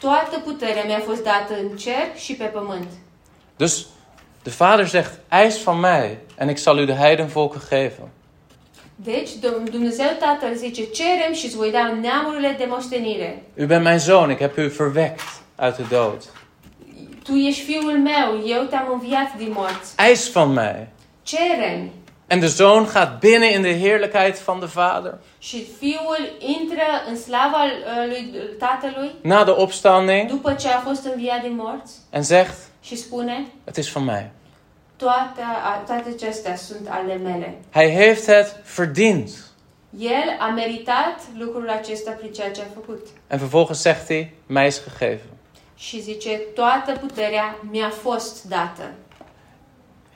Speaker 2: toată puterea mi-a fost dată în cer și pe pământ.
Speaker 1: Dus de Vader zegt: Eis van mij en ik zal u de heidenvolken geven.
Speaker 2: Deci Dom- Dumnezeu Tatăl zice, cerem și îți voi da neamurile de moștenire.
Speaker 1: U bent mijn zoon, ik heb u verwekt uit de dood.
Speaker 2: Tu ești fiul meu, eu te-am înviat din morți.
Speaker 1: Eis van mij.
Speaker 2: Cerem
Speaker 1: En de zoon gaat binnen in de heerlijkheid van de Vader.
Speaker 2: și fiul intră în slava uh, lui Tatălui
Speaker 1: Na de opstanding
Speaker 2: după ce a fost înviat din morți
Speaker 1: en zegt:
Speaker 2: și spune,
Speaker 1: Het is van mij.
Speaker 2: toate, a- toate acestea sunt ale mele.
Speaker 1: Hij heeft het verdiend.
Speaker 2: El a meritat lucrul acesta prin ceea ce a făcut.
Speaker 1: En vervolgens zegt hij: Mij is gegeven.
Speaker 2: Și zice, toată puterea mi-a fost dată.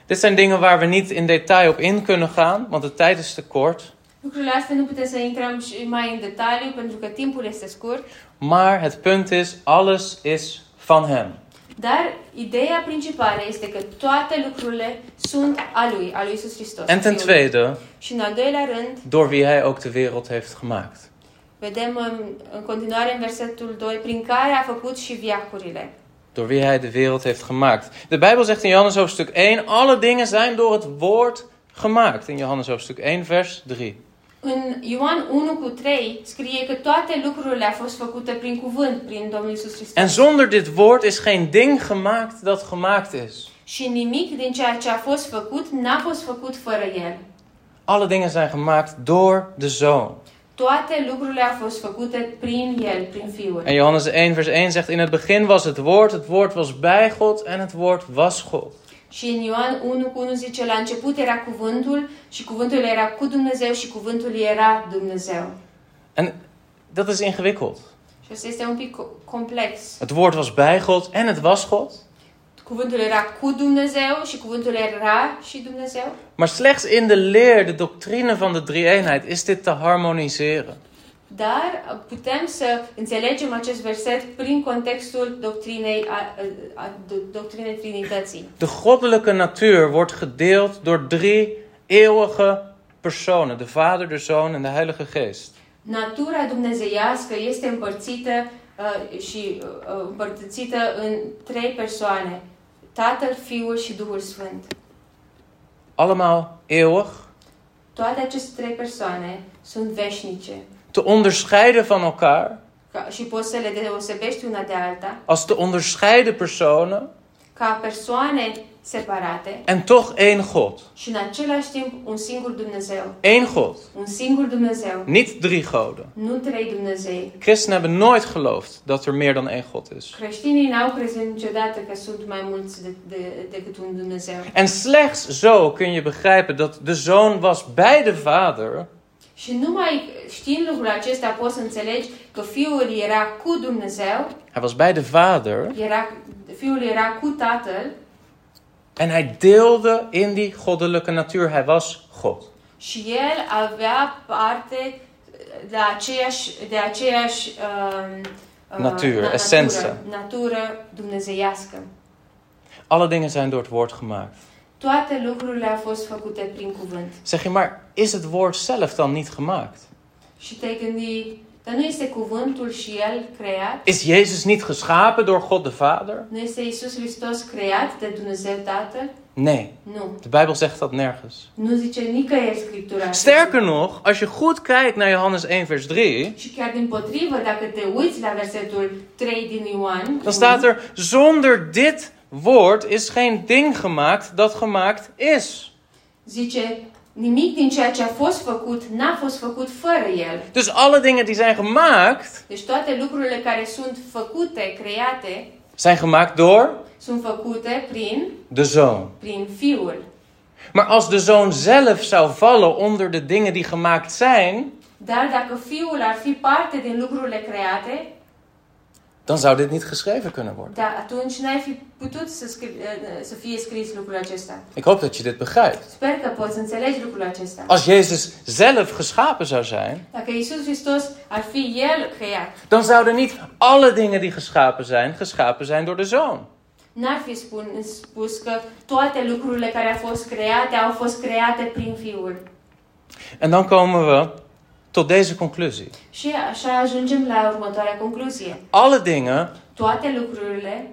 Speaker 1: Dit zijn dingen waar we niet in detail op in kunnen gaan, want de tijd is te kort.
Speaker 2: Lucrurile astea nu putem să intrăm și mai în detaliu pentru că timpul este scurt,
Speaker 1: Maar het punt is: alles is van hem.
Speaker 2: dar ideea principală este că toate lucrurile sunt a lui, a lui Isus Hristos.
Speaker 1: En ten
Speaker 2: Fiul.
Speaker 1: tweede,
Speaker 2: Și în al doilea rând,
Speaker 1: door wie hij ook de wereld heeft gemaakt.
Speaker 2: vedem în, în continuare în versetul 2, prin care a făcut și viacurile.
Speaker 1: Door wie hij de wereld heeft gemaakt. De Bijbel zegt in Johannes hoofdstuk 1: Alle dingen zijn door het woord gemaakt. In Johannes hoofdstuk 1, vers 3.
Speaker 2: În Ioan 1 cu 3 scrie că toate lucrurile au fost făcute prin cuvânt, prin Domnul Isus Hristos.
Speaker 1: En zonder dit woord is geen ding gemaakt dat gemaakt is.
Speaker 2: Și nimic din ceea ce a fost făcut n-a fost făcut fără El.
Speaker 1: Alle dingen zijn gemaakt door de Zoon.
Speaker 2: Toate lucrurile au fost făcute prin El, prin Fiul.
Speaker 1: En Johannes 1, vers 1 zegt: In het begin was het woord, het woord was bij God en het woord was God.
Speaker 2: Și în Ioan 1 cu 1 zice, la început era cuvântul și cuvântul era cu Dumnezeu și cuvântul era Dumnezeu.
Speaker 1: En dat is ingewikkeld.
Speaker 2: Și asta este un pic co- complex.
Speaker 1: Het woord was bij God en het was God.
Speaker 2: Cuvântul era cu Dumnezeu și cuvântul era și Dumnezeu.
Speaker 1: Maar slechts in de leer, de doctrine van de drie-eenheid, is dit te harmoniseren.
Speaker 2: Dar putem să înțelegem acest verset prin contextul doctrinei, a, a, a, doctrinei Trinității.
Speaker 1: De goddelijke natuur wordt gedeeld door drie eeuwige personen: de Vader, de Zoon en de Heilige Geest.
Speaker 2: Natura dumnezeiască este împărțită uh, și uh, împărțită în trei persoane. Tatăl, Fiul și Duhul Sfânt.
Speaker 1: Allemaal eeuwig,
Speaker 2: Toate aceste trei persoane sunt veșnice
Speaker 1: te onderscheiden van elkaar
Speaker 2: ca, și poți să le deosebești una de alta
Speaker 1: als te onderscheiden personen
Speaker 2: ca persoane separate
Speaker 1: en toch één God.
Speaker 2: și în același timp un singur Dumnezeu.
Speaker 1: Eén God,
Speaker 2: Un singur Dumnezeu,
Speaker 1: niet drie goden.
Speaker 2: nu trei Dumnezei.
Speaker 1: Christenen hebben nooit geloofd dat er meer dan één God is.
Speaker 2: Creștinii n-au crezut niciodată că sunt mai mulți de, de, decât un Dumnezeu.
Speaker 1: En slechts zo kun je begrijpen dat de zoon was bij de vader
Speaker 2: Și numai știind lucrul acesta poți să înțelegi că Fiul era cu Dumnezeu,
Speaker 1: Hij was bij de Vader
Speaker 2: era, Fiul era cu Tatăl
Speaker 1: en hij deelde in die goddelijke natuur. Hij was God.
Speaker 2: și El avea parte de aceeași, de aceeași um, uh,
Speaker 1: Natură,
Speaker 2: na-
Speaker 1: esență.
Speaker 2: Natură dumnezeiască.
Speaker 1: Alle dingen zijn door het woord gemaakt.
Speaker 2: Toate lucrurile au fost făcute prin cuvânt.
Speaker 1: Zeg je, maar is het woord zelf dan niet gemaakt?
Speaker 2: Și te-ai gândit, dar nu este cuvântul și El creat?
Speaker 1: Is Jezus niet geschapen door God de Vader?
Speaker 2: Nu este Isus Hristos creat de Dumnezeu Tatăl?
Speaker 1: Nee,
Speaker 2: Nu.
Speaker 1: de Bijbel zegt dat nergens.
Speaker 2: Nu zice nicăieri Scriptura. acest
Speaker 1: Sterker nog, als je goed kijkt naar Johannes 1, vers 3,
Speaker 2: Și chiar din potrivă, dacă te uiți la versetul 3 din Ioan,
Speaker 1: dan staat er: Zonder dit woord is geen ding gemaakt dat gemaakt is.
Speaker 2: zice, nimic din ceea ce a fost făcut n-a fost făcut fără el.
Speaker 1: Dus alle dingen die zijn gemaakt,
Speaker 2: Deci toate lucrurile care sunt făcute, create,
Speaker 1: zijn gemaakt door
Speaker 2: sunt făcute prin,
Speaker 1: de Zoon.
Speaker 2: prin Fiul.
Speaker 1: Maar als de zoon zelf zou vallen onder de dingen die gemaakt zijn,
Speaker 2: Dar dacă Fiul ar fi parte din lucrurile create,
Speaker 1: dan zou dit niet geschreven kunnen worden.
Speaker 2: da, atunci n-ai fi putut să, scri- să fie scris lucrul acesta.
Speaker 1: Ik hoop dat je dit begrijpt.
Speaker 2: Sper că poți înțelege lucrul acesta.
Speaker 1: Als Jezus zelf geschapen zou zijn,
Speaker 2: Dacă Isus Hristos ar fi El creat,
Speaker 1: dan zouden niet alle dingen die geschapen zijn, geschapen zijn door de zoon.
Speaker 2: n-ar fi spun, spus că toate lucrurile care au fost create au fost create prin Fiul.
Speaker 1: En dan komen we tot deze conclusie.
Speaker 2: Și așa ajungem la următoarea concluzie.
Speaker 1: Alle dingen
Speaker 2: Toate lucrurile,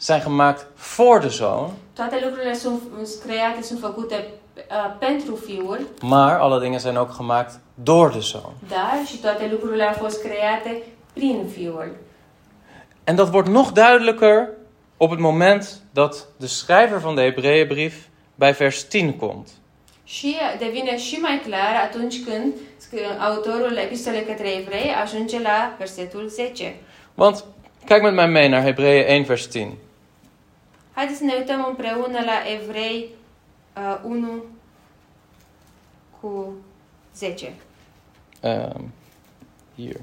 Speaker 1: zijn gemaakt voor de zoon,
Speaker 2: toate lucrurile sunt sunt create, sunt făcute uh, pentru Fiul,
Speaker 1: maar alle dingen zijn ook gemaakt door de zoon.
Speaker 2: dar și toate lucrurile au fost create prin Fiul.
Speaker 1: En dat wordt nog duidelijker op het moment dat de schrijver van de Hebreeënbrief bij vers 10 komt.
Speaker 2: Și devine și mai clar atunci când sc- autorul epistolei către evrei ajunge la versetul 10.
Speaker 1: Want kijk met mij mee naar Hebreeën 1 vers 10.
Speaker 2: Haideți să ne uităm împreună la Evrei uh, 1 cu 10.
Speaker 1: Ehm, hier.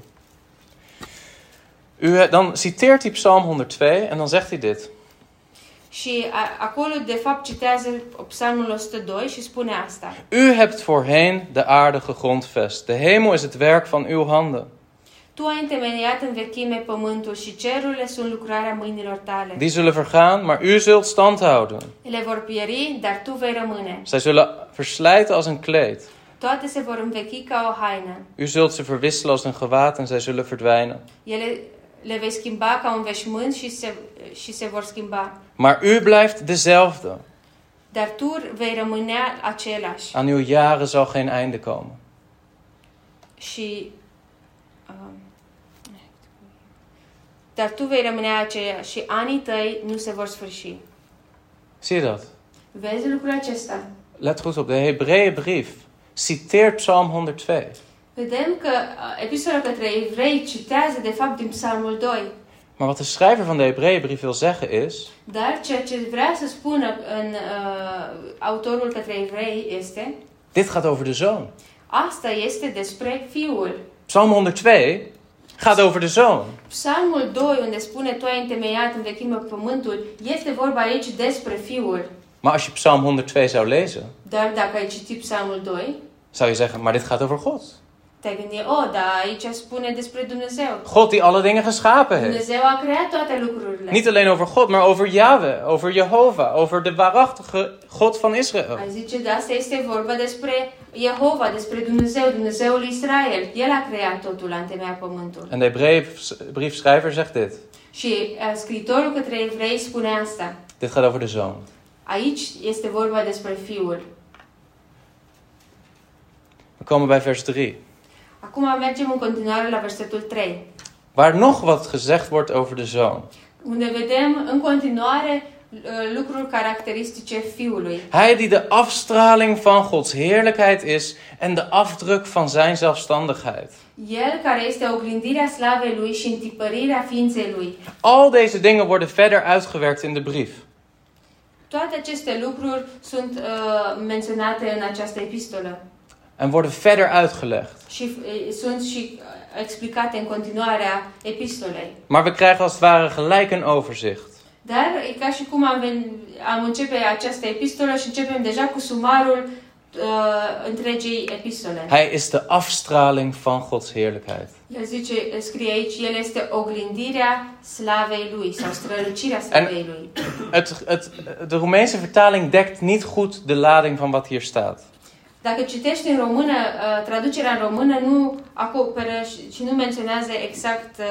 Speaker 1: U, dan citeert hij Psalm 102 en dan zegt hij dit.
Speaker 2: Și a, acolo, de fapt, citează Psalmul 102 și spune asta.
Speaker 1: U hebt voorheen de aarde gegrondvest. De hemel is het werk van uw handen.
Speaker 2: Tu ai întemeiat în vechime pământul și cerurile sunt lucrarea mâinilor tale.
Speaker 1: Die zullen vergaan, maar u zult stand houden.
Speaker 2: Ele vor pieri, dar tu vei rămâne.
Speaker 1: Zij zullen verslijten als een kleed.
Speaker 2: Toate se vor învechi ca o haină.
Speaker 1: U zult ze verwisselen als een gewaad en zij zullen verdwijnen.
Speaker 2: Ele le vei schimba ca un veșmânt și se, și se vor schimba.
Speaker 1: Maar u blijft dezelfde.
Speaker 2: Dar tu vei rămâne același.
Speaker 1: Aan uw jaren zal geen einde komen.
Speaker 2: Și... um, Dar tu vei rămâne aceea și anii tăi nu se vor sfârși.
Speaker 1: Zie je dat?
Speaker 2: Vezi lucrul acesta?
Speaker 1: Let goed op. De Hebreeënbrief citeert Psalm 102.
Speaker 2: Vedem că uh, epistola către evrei citează de fapt din Psalmul 2.
Speaker 1: Maar wat de schrijver van de Hebreeënbrief wil zeggen is...
Speaker 2: Dar ceea ce vrea să spună în uh, autorul către evrei este
Speaker 1: Dit gaat over de zoon.
Speaker 2: asta este despre Fiul.
Speaker 1: Psalm 102 gaat over de zoon.
Speaker 2: Psalmul 2, unde spune Tu ai întemeiat în vechime pământul, este vorba aici despre Fiul.
Speaker 1: Maar als je Psalm 102 zou lezen,
Speaker 2: Dar dacă ai citit Psalmul 2,
Speaker 1: zou je zeggen, maar dit gaat over God.
Speaker 2: te-ai gândit, oh, da, aici spune despre Dumnezeu.
Speaker 1: God die alle dingen geschapen heeft.
Speaker 2: Dumnezeu a creat toate lucrurile.
Speaker 1: Niet alleen over God, maar over Yahweh, over Jehovah, over de waarachtige God van Israël.
Speaker 2: Ai zice, de asta este vorba despre Jehova, despre Dumnezeu, Dumnezeul Israel. El a creat totul, a întemeiat pământul.
Speaker 1: En de Hebreeënbriefschrijver zegt dit.
Speaker 2: Și uh, scritorul către evrei spune asta.
Speaker 1: Dit gaat over de zoon.
Speaker 2: Aici este vorba despre Fiul.
Speaker 1: We komen bij vers 3.
Speaker 2: Acum mergem în continuare la versetul 3,
Speaker 1: Waar nog wat gezegd wordt over de zoon.
Speaker 2: unde vedem în continuare uh, lucruri caracteristice Fiului.
Speaker 1: Hij die de afstraling van Gods heerlijkheid is en de afdruk van zijn zelfstandigheid.
Speaker 2: El care este oglindirea slavei lui și întipărirea ființei lui.
Speaker 1: Al deze dingen worden verder uitgewerkt in de brief.
Speaker 2: Toate aceste lucruri sunt uh, menționate în această epistolă
Speaker 1: En worden verder uitgelegd.
Speaker 2: și uh, sunt și uh, explicate în continuarea epistolei.
Speaker 1: Maar we krijgen als het ware gelijk een overzicht.
Speaker 2: Dar e ca și cum am, ven- am începe această epistolă și începem deja cu sumarul uh, întregii epistole.
Speaker 1: Hij is de afstraling van Gods heerlijkheid.
Speaker 2: El zice, scrie aici, el este oglindirea slavei lui sau strălucirea slavei lui.
Speaker 1: Het, het, de Roemeense vertaling dekt niet goed de lading van wat hier staat.
Speaker 2: Dacă citești în română, uh, traducerea în română nu acoperă și- și nu menționează exact uh,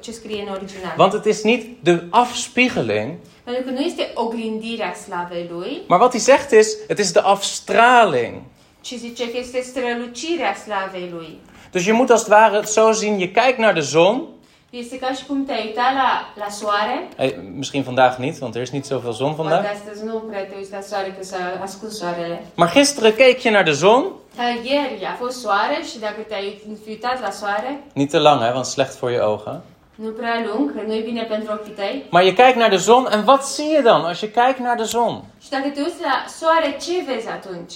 Speaker 2: ce scrie în original.
Speaker 1: Want het is niet de afspiegeling,
Speaker 2: Pentru că nu este oglindirea slavei lui,
Speaker 1: maar wat hij zegt is: het is de afstraling.
Speaker 2: ci zice că este strălucirea slavei lui.
Speaker 1: Dus je moet als het ware het zo zien: je kijkt naar de zon.
Speaker 2: Este ca și cum te-ai uitat la, la soare,
Speaker 1: Eh, misschien vandaag niet, want er is niet zoveel zon
Speaker 2: poate
Speaker 1: vandaag.
Speaker 2: astăzi nu prea te uiți la soare că s-a ascuns soarele.
Speaker 1: Maar gisteren keek je naar de zon.
Speaker 2: Dar ieri a fost soare și dacă te-ai fi uitat la soare,
Speaker 1: Niet te lang, hè, want slecht voor je ogen.
Speaker 2: Nu prea lung, că nu e bine pentru ochii tăi.
Speaker 1: Maar je kijkt naar de zon en wat zie je dan als je kijkt naar de zon?
Speaker 2: Și dacă te uiți la soare, ce vezi atunci?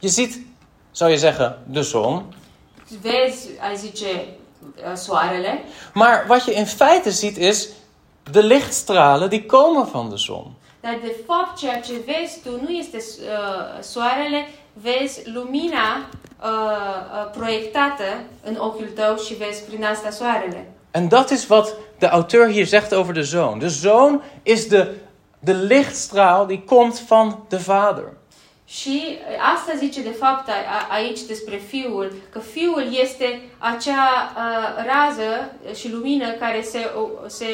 Speaker 1: Je ziet, zou je zeggen, de zon.
Speaker 2: Vezi, ai zice, soarele,
Speaker 1: Maar wat je in feite ziet is de lichtstralen die komen van de zon.
Speaker 2: dar de fapt ceea ce vezi tu nu este uh, soarele, vezi lumina uh, uh, proiectată în ochiul tău și vezi prin asta soarele.
Speaker 1: En dat is wat de auteur hier zegt over de zoon. De zoon is de, de lichtstraal die komt van de vader.
Speaker 2: Și uh, asta zice de fapt a, a, aici despre fiul, că fiul este acea uh, rază și lumină care se, o- se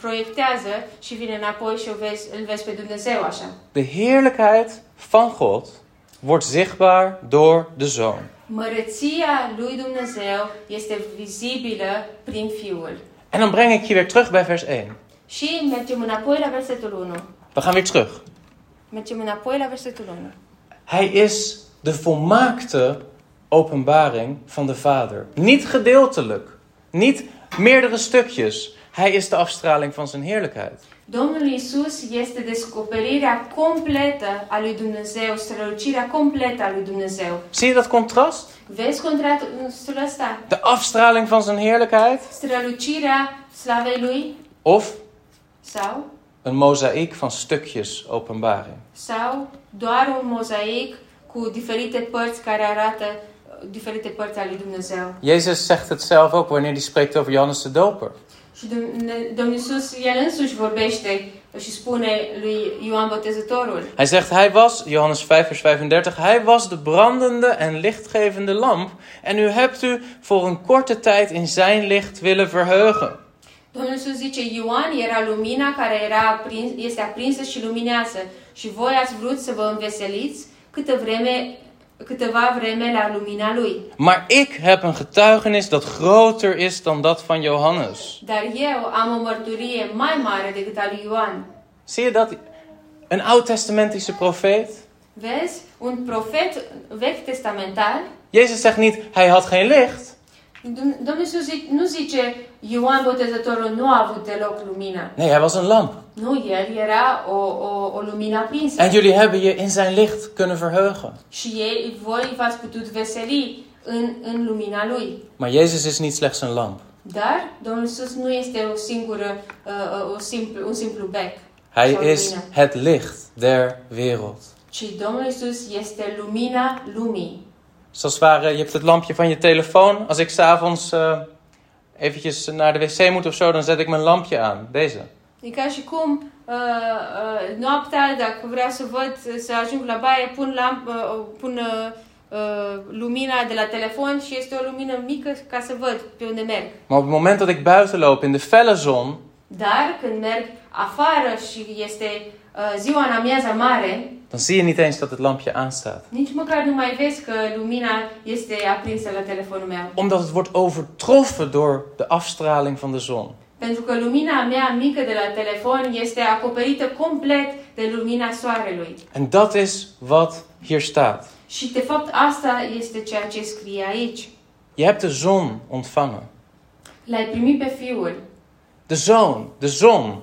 Speaker 2: proiectează și vine înapoi și o vezi, îl vezi pe Dumnezeu așa.
Speaker 1: De heerlijkheid van God wordt zichtbaar door de zoon.
Speaker 2: Măreția lui Dumnezeu este vizibilă prin Fiul.
Speaker 1: En dan breng ik je weer terug bij vers 1.
Speaker 2: Și mergem înapoi la versetul 1.
Speaker 1: We gaan weer terug.
Speaker 2: Mergem înapoi la versetul 1.
Speaker 1: Hij is de volmaakte openbaring van de Vader. Niet gedeeltelijk, niet meerdere stukjes. Hij is de afstraling van zijn heerlijkheid.
Speaker 2: Domnul Isus este descoperirea completă a lui Dumnezeu, strălucirea completă a lui Dumnezeu.
Speaker 1: Zie je dat contrast?
Speaker 2: Vezi contrastul ăsta?
Speaker 1: De afstraling van zijn heerlijkheid
Speaker 2: Strălucirea slavei lui
Speaker 1: of
Speaker 2: sau
Speaker 1: een mozaïek van stukjes openbaring.
Speaker 2: sau doar un mozaic cu diferite părți care arată uh, diferite părți ale lui Dumnezeu.
Speaker 1: Jezus zegt het zelf ook wanneer hij spreekt over Johannes de Doper.
Speaker 2: Și Dumne- Domnul Iisus, El însuși vorbește și spune lui Ioan Botezătorul.
Speaker 1: Hij zegt, hij was, Johannes 5 vers 35, hij was de brandende en lichtgevende lamp. En u hebt u voor een korte tijd in zijn licht willen verheugen.
Speaker 2: Domnul Iisus zice, Ioan era lumina care era aprins, este aprinsă și luminează și voi ați vrut să vă înveseliți câtă vreme, câteva vreme la lumina Lui.
Speaker 1: Maar ik heb een getuigenis dat groter is dan dat van Johannes.
Speaker 2: Dar eu am o mărturie mai mare decât a lui Ioan.
Speaker 1: Zie je dat? Een oud-testamentische profeet.
Speaker 2: Vezi? Un profet vechi testamental,
Speaker 1: Jezus zegt niet, hij had geen licht.
Speaker 2: Dum- Domnul Iisus zic- nu zice, Ioan Botezătorul nu a avut deloc lumina.
Speaker 1: Nee, hij was een lamp.
Speaker 2: Nu, el era o, o, o lumină aprinsă.
Speaker 1: En jullie hebben je in zijn licht kunnen verheugen.
Speaker 2: Și ei, voi v-ați putut veseli în, în lumina lui.
Speaker 1: Maar Jezus is niet slechts een lamp.
Speaker 2: Dar Domnul Iisus nu este o singură, uh, o simplu, un simplu bec,
Speaker 1: Hij
Speaker 2: Zo
Speaker 1: is
Speaker 2: lumină,
Speaker 1: het licht der wereld.
Speaker 2: ci Domnul Iisus este lumina lumii.
Speaker 1: Dus als het ware, je hebt het lampje van je telefoon. Als ik s'avonds eh eventjes naar de wc moet of zo, dan zet ik mijn lampje aan. Deze.
Speaker 2: E ca și cum uh, uh, noaptea, dacă vreau să văd, să ajung la baie, pun, lamp, uh, pun uh, uh, lumina de la telefon și este o lumină mică ca să văd pe unde merg.
Speaker 1: Maar op het moment dat ik buiten loop in de felle zon,
Speaker 2: Dar când merg afară și este uh, ziua în amiaza mare,
Speaker 1: dan zie je niet eens dat het lampje aanstaat.
Speaker 2: Nici măcar nu mai vezi că lumina este aprinsă la telefonul meu.
Speaker 1: Omdat het wordt overtroffen door de afstraling van de zon.
Speaker 2: Pentru că lumina mea mică de la telefon este acoperită complet de lumina soarelui.
Speaker 1: En dat is wat hier staat.
Speaker 2: Și de fapt asta este ceea ce scrie aici.
Speaker 1: Je hebt de zon ontvangen.
Speaker 2: L-ai primit pe fiul.
Speaker 1: De zoon, de zon.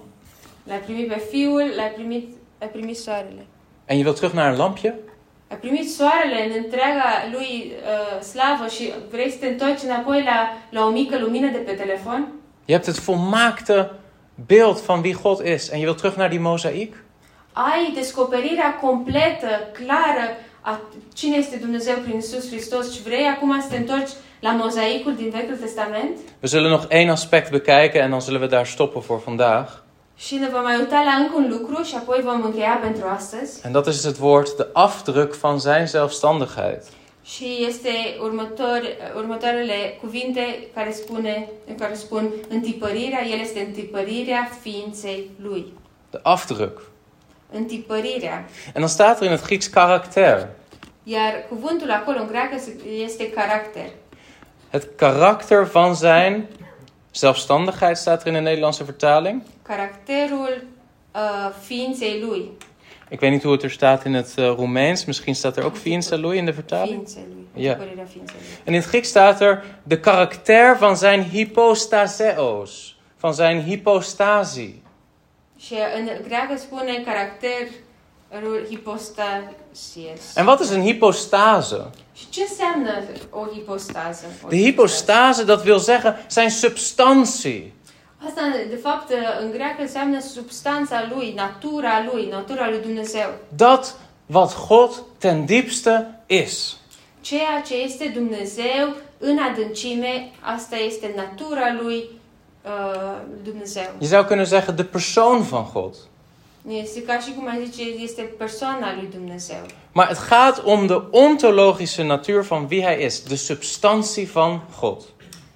Speaker 2: L-ai primit pe fiul, l-ai primit, ai primit soarele.
Speaker 1: En je wilt terug naar een lampje?
Speaker 2: Ai primit soarele în întreaga lui uh, slavă și vrei să te întorci înapoi la, la o mică lumină de pe telefon?
Speaker 1: Je hebt het volmaakte beeld van wie God is. En je wilt terug naar die mozaïek?
Speaker 2: Ai descoperirea completă, clară a cine este Dumnezeu prin Isus Hristos și vrei acum să te întorci la mozaicul din Vechiul Testament?
Speaker 1: We zullen nog één aspect bekijken en dan zullen we daar stoppen voor vandaag.
Speaker 2: Și ne vom mai uita la încă un lucru și apoi vom încheia pentru astăzi.
Speaker 1: En dat is het woord de afdruk van zijn zelfstandigheid.
Speaker 2: Și este următor, următoarele cuvinte care, spune, care spun întipărirea, el este întipărirea ființei lui.
Speaker 1: De afdruk.
Speaker 2: Întipărirea.
Speaker 1: En dan staat er in het Grieks karakter.
Speaker 2: Iar cuvântul acolo în greacă este caracter.
Speaker 1: Het karakter van zijn zelfstandigheid staat er in de Nederlandse vertaling.
Speaker 2: Caracterul uh, ființei lui.
Speaker 1: Ik weet niet hoe het er staat in het eh, Roemeens. Misschien staat er ook ființelui in de vertaling.
Speaker 2: Ființelui.
Speaker 1: Da. Ia.
Speaker 2: Părerea ființelui.
Speaker 1: En in het Grieks staat er de karakter van zijn hypostaseos. van zijn hypostasie.
Speaker 2: Și uh, în greacă spune caracterul hipostasies.
Speaker 1: En wat is een hypostase?
Speaker 2: Și ce înseamnă o hipostază? O
Speaker 1: De hypostase, dat wil zeggen zijn substantie.
Speaker 2: Asta, de fapt, în greacă înseamnă substanța lui, natura lui, natura lui Dumnezeu.
Speaker 1: Dat wat God ten diepste is.
Speaker 2: Ceea ce este Dumnezeu în adâncime, asta este natura lui uh, Dumnezeu.
Speaker 1: Je zou kunnen zeggen de persoon van God.
Speaker 2: Este ca și cum ai zice, este persoana lui Dumnezeu.
Speaker 1: Maar het gaat om de ontologische natuur van wie hij is, de substantie van God.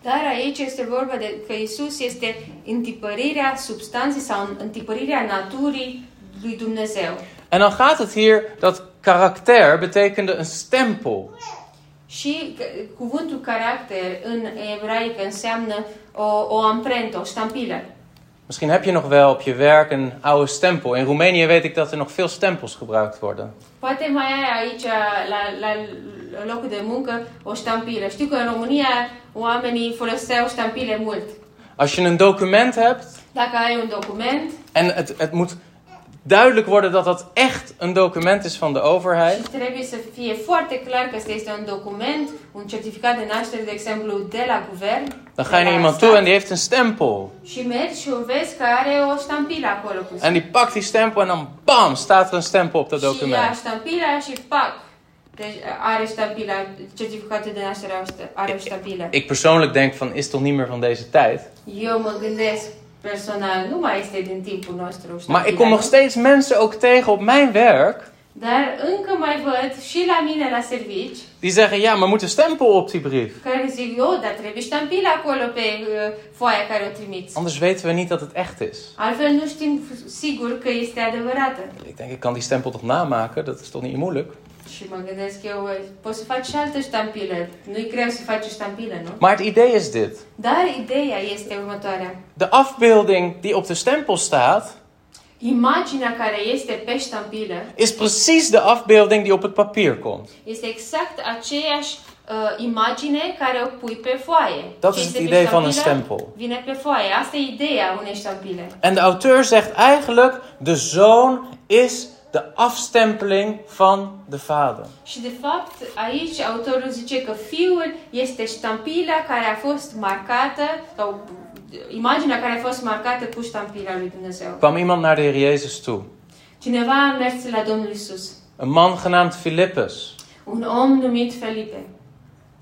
Speaker 2: Dar aici este vorba de că Isus este întipărirea substanței sau întipărirea naturii lui Dumnezeu.
Speaker 1: En dan gaat het hier dat karakter betekende een stempel.
Speaker 2: Și c- cuvântul caracter în ebraică înseamnă o, o amprentă, o ștampilă.
Speaker 1: Misschien heb je nog wel op je werk een oude stempel. In Roemenië weet ik dat er nog veel stempels gebruikt worden.
Speaker 2: Poate mai ai aici, la, la locul de muncă, o ștampilă. Știu că în România oamenii foloseau ștampile mult.
Speaker 1: Als je een document hebt
Speaker 2: Dacă ai un document
Speaker 1: en het, het moet duidelijk worden dat dat echt een document is van de overheid,
Speaker 2: și trebuie să fie foarte clar că ăsta este un document, un certificat de naștere, de exemplu, de la guvern.
Speaker 1: dan ga je naar
Speaker 2: de la
Speaker 1: iemand
Speaker 2: stat,
Speaker 1: toe en die heeft een stempel.
Speaker 2: Și mergi și o vezi că are o ștampilă acolo pusă.
Speaker 1: En die pakt die stempel en dan bam, staat er een stempel op dat
Speaker 2: Și ia
Speaker 1: document.
Speaker 2: ștampila și pac! Deci are ștampila, certificatul de naștere are o șta- are o ștampilă.
Speaker 1: Ik persoonlijk denk van, is toch niet meer van deze tijd?
Speaker 2: Eu mă gândesc personal, nu mai este din timpul nostru ștampila.
Speaker 1: Maar ik kom nog steeds mensen ook tegen op mijn werk
Speaker 2: Dar încă mai văd și la mine la servici,
Speaker 1: die zeggen, ja, maar moet een stempel op die brief?
Speaker 2: care zic eu, dar trebuie ștampila acolo pe uh, foaia care o trimiți.
Speaker 1: Anders weten we niet dat het echt is.
Speaker 2: Altfel nu știm f- sigur că este adevărată.
Speaker 1: Ik denk, ik kan die stempel toch namaken? Dat is toch niet moeilijk?
Speaker 2: Și mă gândesc eu, "Ui, poți să faci și altă ștampilă. Nu-i greu să faci o ștampilă, nu?
Speaker 1: Maar het idee is dit.
Speaker 2: Dar ideea este următoarea.
Speaker 1: De afbeelding die op de stempel staat,
Speaker 2: Imaginea care este pe ștampilă
Speaker 1: is precies de afbeelding die op het papier komt.
Speaker 2: este exact aceeași uh, imagine care o pui pe foaie.
Speaker 1: Dat
Speaker 2: Ce
Speaker 1: is
Speaker 2: este
Speaker 1: het
Speaker 2: pe
Speaker 1: idee van een
Speaker 2: ștampilă,
Speaker 1: stempel.
Speaker 2: Vine pe foaie. Asta e ideea unei ștampile.
Speaker 1: En de auteur zegt eigenlijk, de zoon is de afstempeling van de vader.
Speaker 2: Și de fapt, aici autorul zice că fiul este ștampila care a fost marcată sau uh, imaginea care a fost marcată cu ștampila lui Dumnezeu.
Speaker 1: Kwam iemand naar de Heer Jezus toe.
Speaker 2: Cineva a mers la Domnul Isus,
Speaker 1: Een man genaamd Filippus.
Speaker 2: un om numit Felipe.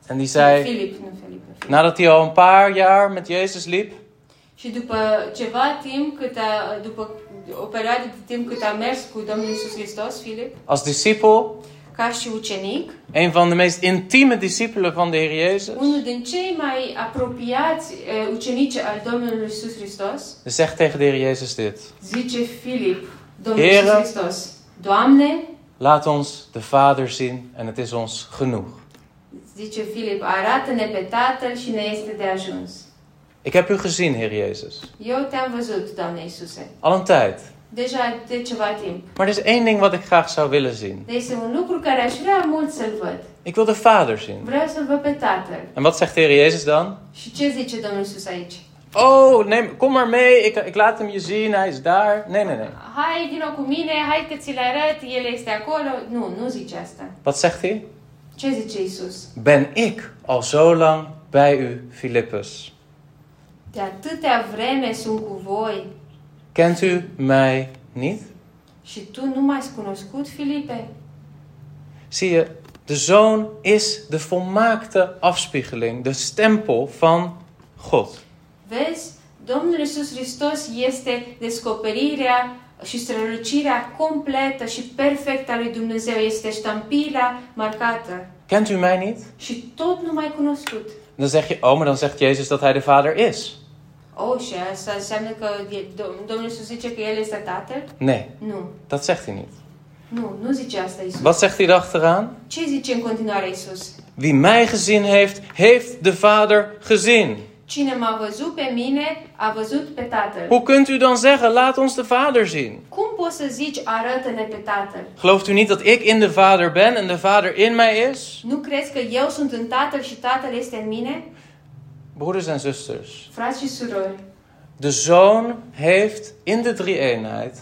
Speaker 1: En die zei,
Speaker 2: Filip, nu Felipe.
Speaker 1: nadat hij al een paar jaar met Jezus liep,
Speaker 2: Și după ceva timp, cât a, după o perioadă de timp cât a mers cu Domnul Isus Hristos, Filip,
Speaker 1: als discipel,
Speaker 2: ca și ucenic,
Speaker 1: een van de meest intieme discipelen van de Heer Jezus,
Speaker 2: unul din cei mai apropiați e, ucenici al Domnului Isus Hristos,
Speaker 1: zegt tegen de Heer Jezus dit.
Speaker 2: zice Filip, Domnul
Speaker 1: Heră.
Speaker 2: Isus Hristos, Doamne,
Speaker 1: Laat ons de Vader zien en het is ons genoeg.
Speaker 2: zice Filip, arată-ne pe Tatăl și ne este de ajuns.
Speaker 1: Ik heb u gezien, Heer Jezus.
Speaker 2: Eu te-am văzut, Doamne Iisuse,
Speaker 1: Al een tijd.
Speaker 2: deja de ceva timp.
Speaker 1: Maar er is één ding wat ik graag zou willen zien.
Speaker 2: Dar este un lucru care aș vrea mult să-l văd.
Speaker 1: Ik wil de Vader zien.
Speaker 2: Vreau să-l văd pe Tatăl.
Speaker 1: En wat zegt de Heer Jezus dan?
Speaker 2: Și ce zice Domnul Iisus aici?
Speaker 1: Oh, neem, kom maar mee. Ik, ik laat hem je zien. Hij is daar. Nee, nee, nee.
Speaker 2: Hai, vino cu mine, hai că ți-l arăt, el este acolo. Nu, nu zice asta.
Speaker 1: Wat zegt hij?
Speaker 2: Ce zice Isus?
Speaker 1: Ben ik al zo lang bij u, Filippus?
Speaker 2: De atâtea vreme sunt cu voi
Speaker 1: Kent u mij niet?
Speaker 2: și tu nu m-ai cunoscut, Filipe?
Speaker 1: Zie je, de zoon is de volmaakte afspiegeling, de stempel van God.
Speaker 2: Vezi, Domnul Isus Hristos este descoperirea și strălucirea completă și perfectă a lui Dumnezeu. Este ștampila marcată
Speaker 1: Kent u mij niet?
Speaker 2: și tot nu m-ai cunoscut.
Speaker 1: Dan zeg je, oh, maar dan zegt Jezus dat hij de vader is.
Speaker 2: Oh, și asta înseamnă că e- Dom- Domnul Isus zice că El este Tatăl?
Speaker 1: Nee,
Speaker 2: Nu,
Speaker 1: dat zegt hij niet.
Speaker 2: nu, nu zice asta Isus.
Speaker 1: Wat zegt hij erachteraan?
Speaker 2: Ce zice în continuare Isus?
Speaker 1: Wie mij gezien heeft, heeft de vader gezien.
Speaker 2: Cine m-a văzut pe mine, a văzut pe Tatăl.
Speaker 1: Hoe kunt u dan zeggen, laat ons de vader zien?
Speaker 2: Cum poți să zici arată-ne pe Tatăl?
Speaker 1: Gelooft u niet dat ik in de vader ben en de vader in mij is?
Speaker 2: Nu crezi că eu sunt în Tatăl și Tatăl este în mine?
Speaker 1: Broeders en zusters,
Speaker 2: Frați și surori,
Speaker 1: De zoon heeft in de drie-eenheid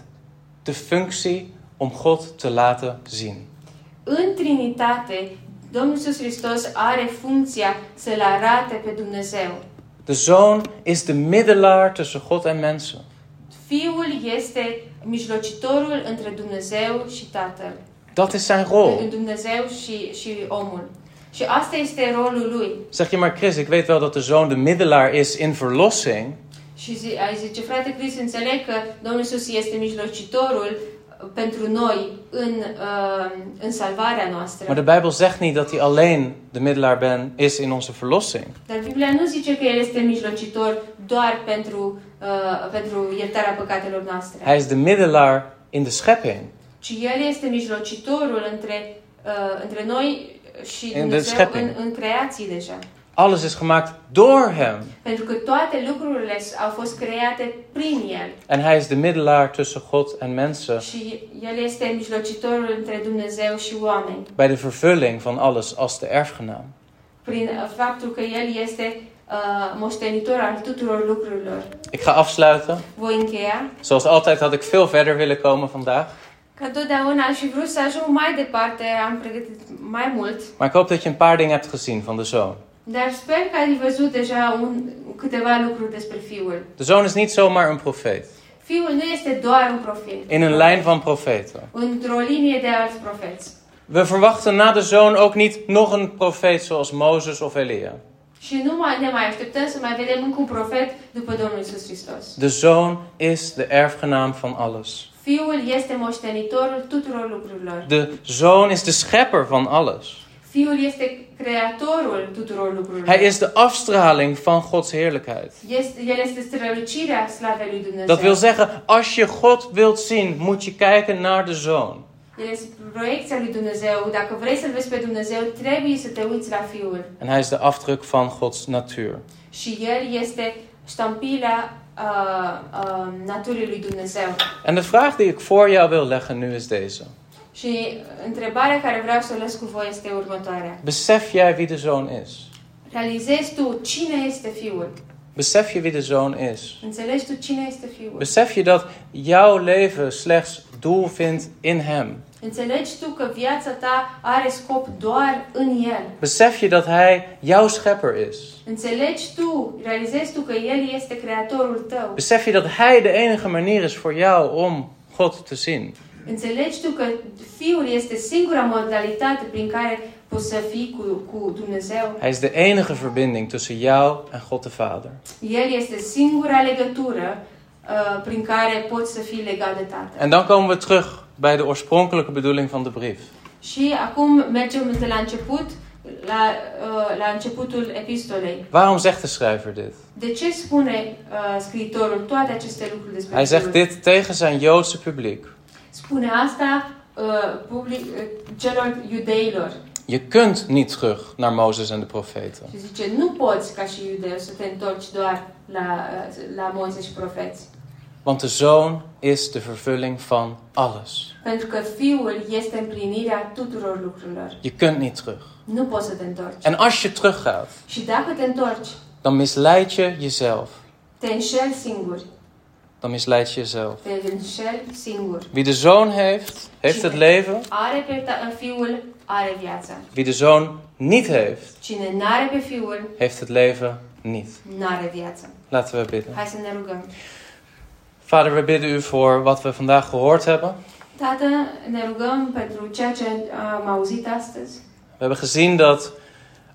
Speaker 1: de functie om God te laten zien.
Speaker 2: În Trinitate, Domnul Iisus Hristos are funcția să-L arate pe Dumnezeu.
Speaker 1: De zoon is de middelaar tussen God en mensen.
Speaker 2: Fiul este mijlocitorul între Dumnezeu și Tatăl.
Speaker 1: Dat is zijn rol.
Speaker 2: În Dumnezeu și, și omul. Și asta este rolul lui.
Speaker 1: Zeg je maar, Chris, ik weet wel dat de zoon de middelaar is in verlossing.
Speaker 2: Și zi, ai zice, frate Cris, înțeleg că Domnul Iisus este mijlocitorul uh, pentru noi în, uh, în salvarea
Speaker 1: Maar de
Speaker 2: noastră.
Speaker 1: Bijbel zegt niet dat hij alleen de middelaar ben, is in onze verlossing.
Speaker 2: Dar Biblia nu zice că El este mijlocitor doar pentru, uh, pentru iertarea păcatelor noastre,
Speaker 1: Hij is de middelaar in de schepping.
Speaker 2: ci El este mijlocitorul între, uh, între noi și
Speaker 1: În
Speaker 2: Dumnezeu
Speaker 1: descrepping.
Speaker 2: în, în creații deja.
Speaker 1: Alles is gemaakt door hem.
Speaker 2: Pentru că toate lucrurile au fost create prin El
Speaker 1: En hij is de middelaar tussen God en mensen
Speaker 2: și El este mijlocitorul între Dumnezeu și oameni.
Speaker 1: bij de vervulling van alles als de erfgenaam.
Speaker 2: prin uh, faptul că El este uh, moștenitor al tuturor lucrurilor.
Speaker 1: Ik ga afsluiten.
Speaker 2: Voi încheia?
Speaker 1: Zoals altijd had ik veel verder willen komen vandaag.
Speaker 2: Ca totdeauna aș fi vrut să ajung mai departe, am pregătit mai mult,
Speaker 1: Maar ik hoop dat je een paar dingen hebt gezien van de zoon.
Speaker 2: dar sper că ai văzut deja un, câteva lucruri despre Fiul.
Speaker 1: De zoon is niet zomaar een profeet.
Speaker 2: Fiul nu este doar un profet,
Speaker 1: In een lijn van profeten.
Speaker 2: într-o linie de alți profeți.
Speaker 1: We verwachten na de zoon ook niet nog een profeet zoals Mozes of Elia.
Speaker 2: Și nu mai ne mai așteptăm să mai vedem încă un profet după Domnul Isus Hristos.
Speaker 1: De zoon is de erfgenaam van alles.
Speaker 2: Fiul este moștenitorul tuturor lucrurilor.
Speaker 1: De zoon is de schepper van alles.
Speaker 2: Fiul este creatorul tuturor lucrurilor.
Speaker 1: Hij is de afstraling van Gods heerlijkheid.
Speaker 2: Este, el este strălucirea slavei lui Dumnezeu.
Speaker 1: Dat wil zeggen, als je God wilt zien, moet je kijken naar de zoon.
Speaker 2: El este proiecția lui Dumnezeu. Dacă vrei să-L vezi pe Dumnezeu, trebuie să te uiți la Fiul.
Speaker 1: En hij is de afdruk van Gods natuur.
Speaker 2: Și El este ștampila uh, uh, naturii lui Dumnezeu.
Speaker 1: En de vraag die ik voor jou wil leggen nu is deze.
Speaker 2: Și întrebarea care vreau să o las cu voi este următoarea.
Speaker 1: Besef jij wie de zoon is?
Speaker 2: Realizezi tu cine este Fiul?
Speaker 1: Besef je wie de zoon is?
Speaker 2: Înțelegi tu cine este Fiul?
Speaker 1: Besef je dat jouw leven slechts doel vindt in Hem?
Speaker 2: Înțelegi tu că viața ta are scop doar în El?
Speaker 1: Besef je dat Hij jouw schepper is?
Speaker 2: Înțelegi tu, realizezi tu că El este creatorul tău?
Speaker 1: Besef je dat Hij de enige manier is voor jou om God te zien?
Speaker 2: Înțelegi tu că Fiul este singura modalitate prin care poți să fii cu, cu Dumnezeu.
Speaker 1: Hij is de enige verbinding tussen jou en God de Vader.
Speaker 2: El este singura legătură uh, prin care poți să fii legat de Tatăl.
Speaker 1: En dan komen we terug bij de oorspronkelijke bedoeling van de brief.
Speaker 2: Și acum mergem de la început, la, uh, la începutul epistolei.
Speaker 1: Waarom zegt de schrijver dit?
Speaker 2: De ce spune uh, scriitorul toate aceste lucruri despre
Speaker 1: Hij zegt
Speaker 2: Fiul?
Speaker 1: dit tegen zijn Joodse publiek.
Speaker 2: Spune asta uh, public, uh, celor iudeilor.
Speaker 1: Je kunt niet terug naar Mozes en de profeten.
Speaker 2: Și zice, nu poți ca și iudeu să te întorci doar la, uh, la Moise și profeți.
Speaker 1: Want de zoon is de vervulling van alles.
Speaker 2: Pentru că Fiul este împlinirea tuturor lucrurilor.
Speaker 1: Je kunt niet terug.
Speaker 2: Nu poți să te întorci.
Speaker 1: En als je teruggaat,
Speaker 2: Și dacă te întorci,
Speaker 1: dan misleid je jezelf.
Speaker 2: te înșeli singur.
Speaker 1: Dan misleid je jezelf.
Speaker 2: Te înșeli singur.
Speaker 1: Wie de zoon heeft, heeft het leven.
Speaker 2: Are pe ta- Fiul, are viața.
Speaker 1: Wie de zoon niet heeft,
Speaker 2: Cine n-are pe Fiul,
Speaker 1: heeft het leven niet.
Speaker 2: n-are viața.
Speaker 1: Laten we bidden.
Speaker 2: Hai să ne rugăm.
Speaker 1: Vader, we bidden u voor wat we vandaag gehoord hebben.
Speaker 2: Tată, ne rugăm pentru ceea ce am auzit astăzi.
Speaker 1: We hebben gezien dat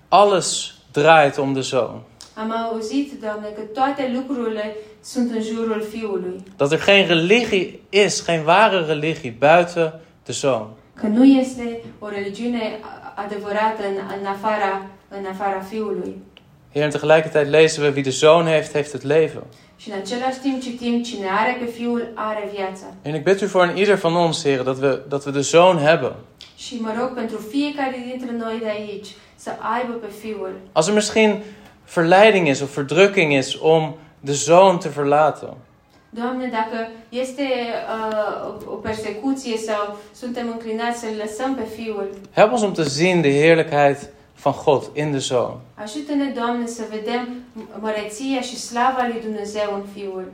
Speaker 1: alles draait om de zoon.
Speaker 2: Am auzit, Doamne, că toate lucrurile sunt în jurul Fiului.
Speaker 1: Dat er geen religie is, geen ware religie buiten de zoon.
Speaker 2: Că nu este o religiune adevărată în, în, afara, în afara Fiului.
Speaker 1: Heer, en tegelijkertijd lezen we wie de zoon heeft, heeft het leven.
Speaker 2: Și în același timp citim, cine are pe Fiul, are viața.
Speaker 1: En ik bid u voor een ieder van ons, Heer, dat we, dat we de zoon hebben.
Speaker 2: Și mă rog pentru fiecare dintre noi de aici să aibă pe Fiul.
Speaker 1: Als er misschien verleiding is of verdrukking is om de zoon te verlaten.
Speaker 2: Doamne, dacă este uh, o persecuție sau suntem înclinați să-L lăsăm pe Fiul,
Speaker 1: Help ons om te zien de heerlijkheid van God in de Zoon.
Speaker 2: Ajută-ne, Doamne, să vedem măreția și slava lui Dumnezeu în Fiul.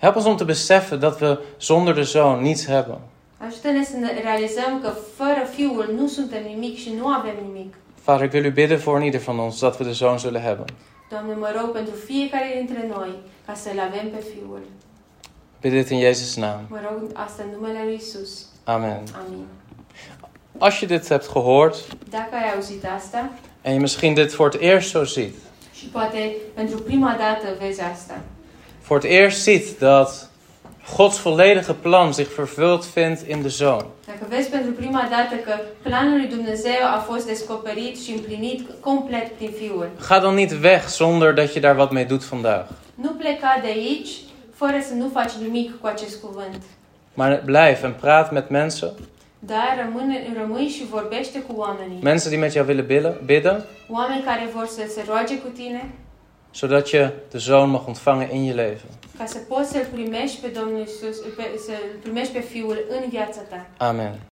Speaker 1: Help ons om te beseffen dat we zonder de Zoon niets hebben.
Speaker 2: Ajută-ne să ne realizăm că fără Fiul nu suntem nimic și nu avem nimic.
Speaker 1: Vader, ik wil u bidden voor een ieder van ons dat we de Zoon zullen hebben.
Speaker 2: Doamne, mă rog pentru fiecare dintre noi ca să-L avem pe Fiul.
Speaker 1: Ik bid dit in Jezus' naam.
Speaker 2: Mă rog asta în numele lui Isus.
Speaker 1: Amen.
Speaker 2: Amin.
Speaker 1: Als je dit hebt gehoord
Speaker 2: Dacă ai auzit asta
Speaker 1: en je misschien dit voor het eerst zo ziet,
Speaker 2: și poate pentru prima dată vezi asta,
Speaker 1: voor het eerst ziet dat Gods volledige plan zich vervuld vindt in de Zoon,
Speaker 2: dacă vezi pentru prima dată că planul lui Dumnezeu a fost descoperit și împlinit complet prin Fiul,
Speaker 1: ga dan niet weg zonder dat je daar wat mee doet vandaag.
Speaker 2: nu pleca de aici fără să nu faci nimic cu acest cuvânt.
Speaker 1: Maar blijf en praat met mensen.
Speaker 2: Dar rămâne, rămâi și vorbește cu oamenii.
Speaker 1: Mensen die met jou willen bidden, bidden
Speaker 2: Oameni care vor să se roage cu tine
Speaker 1: zodat je de Zoon mag ontvangen in je leven.
Speaker 2: ca să poți să-L primești pe Domnul Isus, pe, să-L primești pe Fiul în viața ta.
Speaker 1: Amen.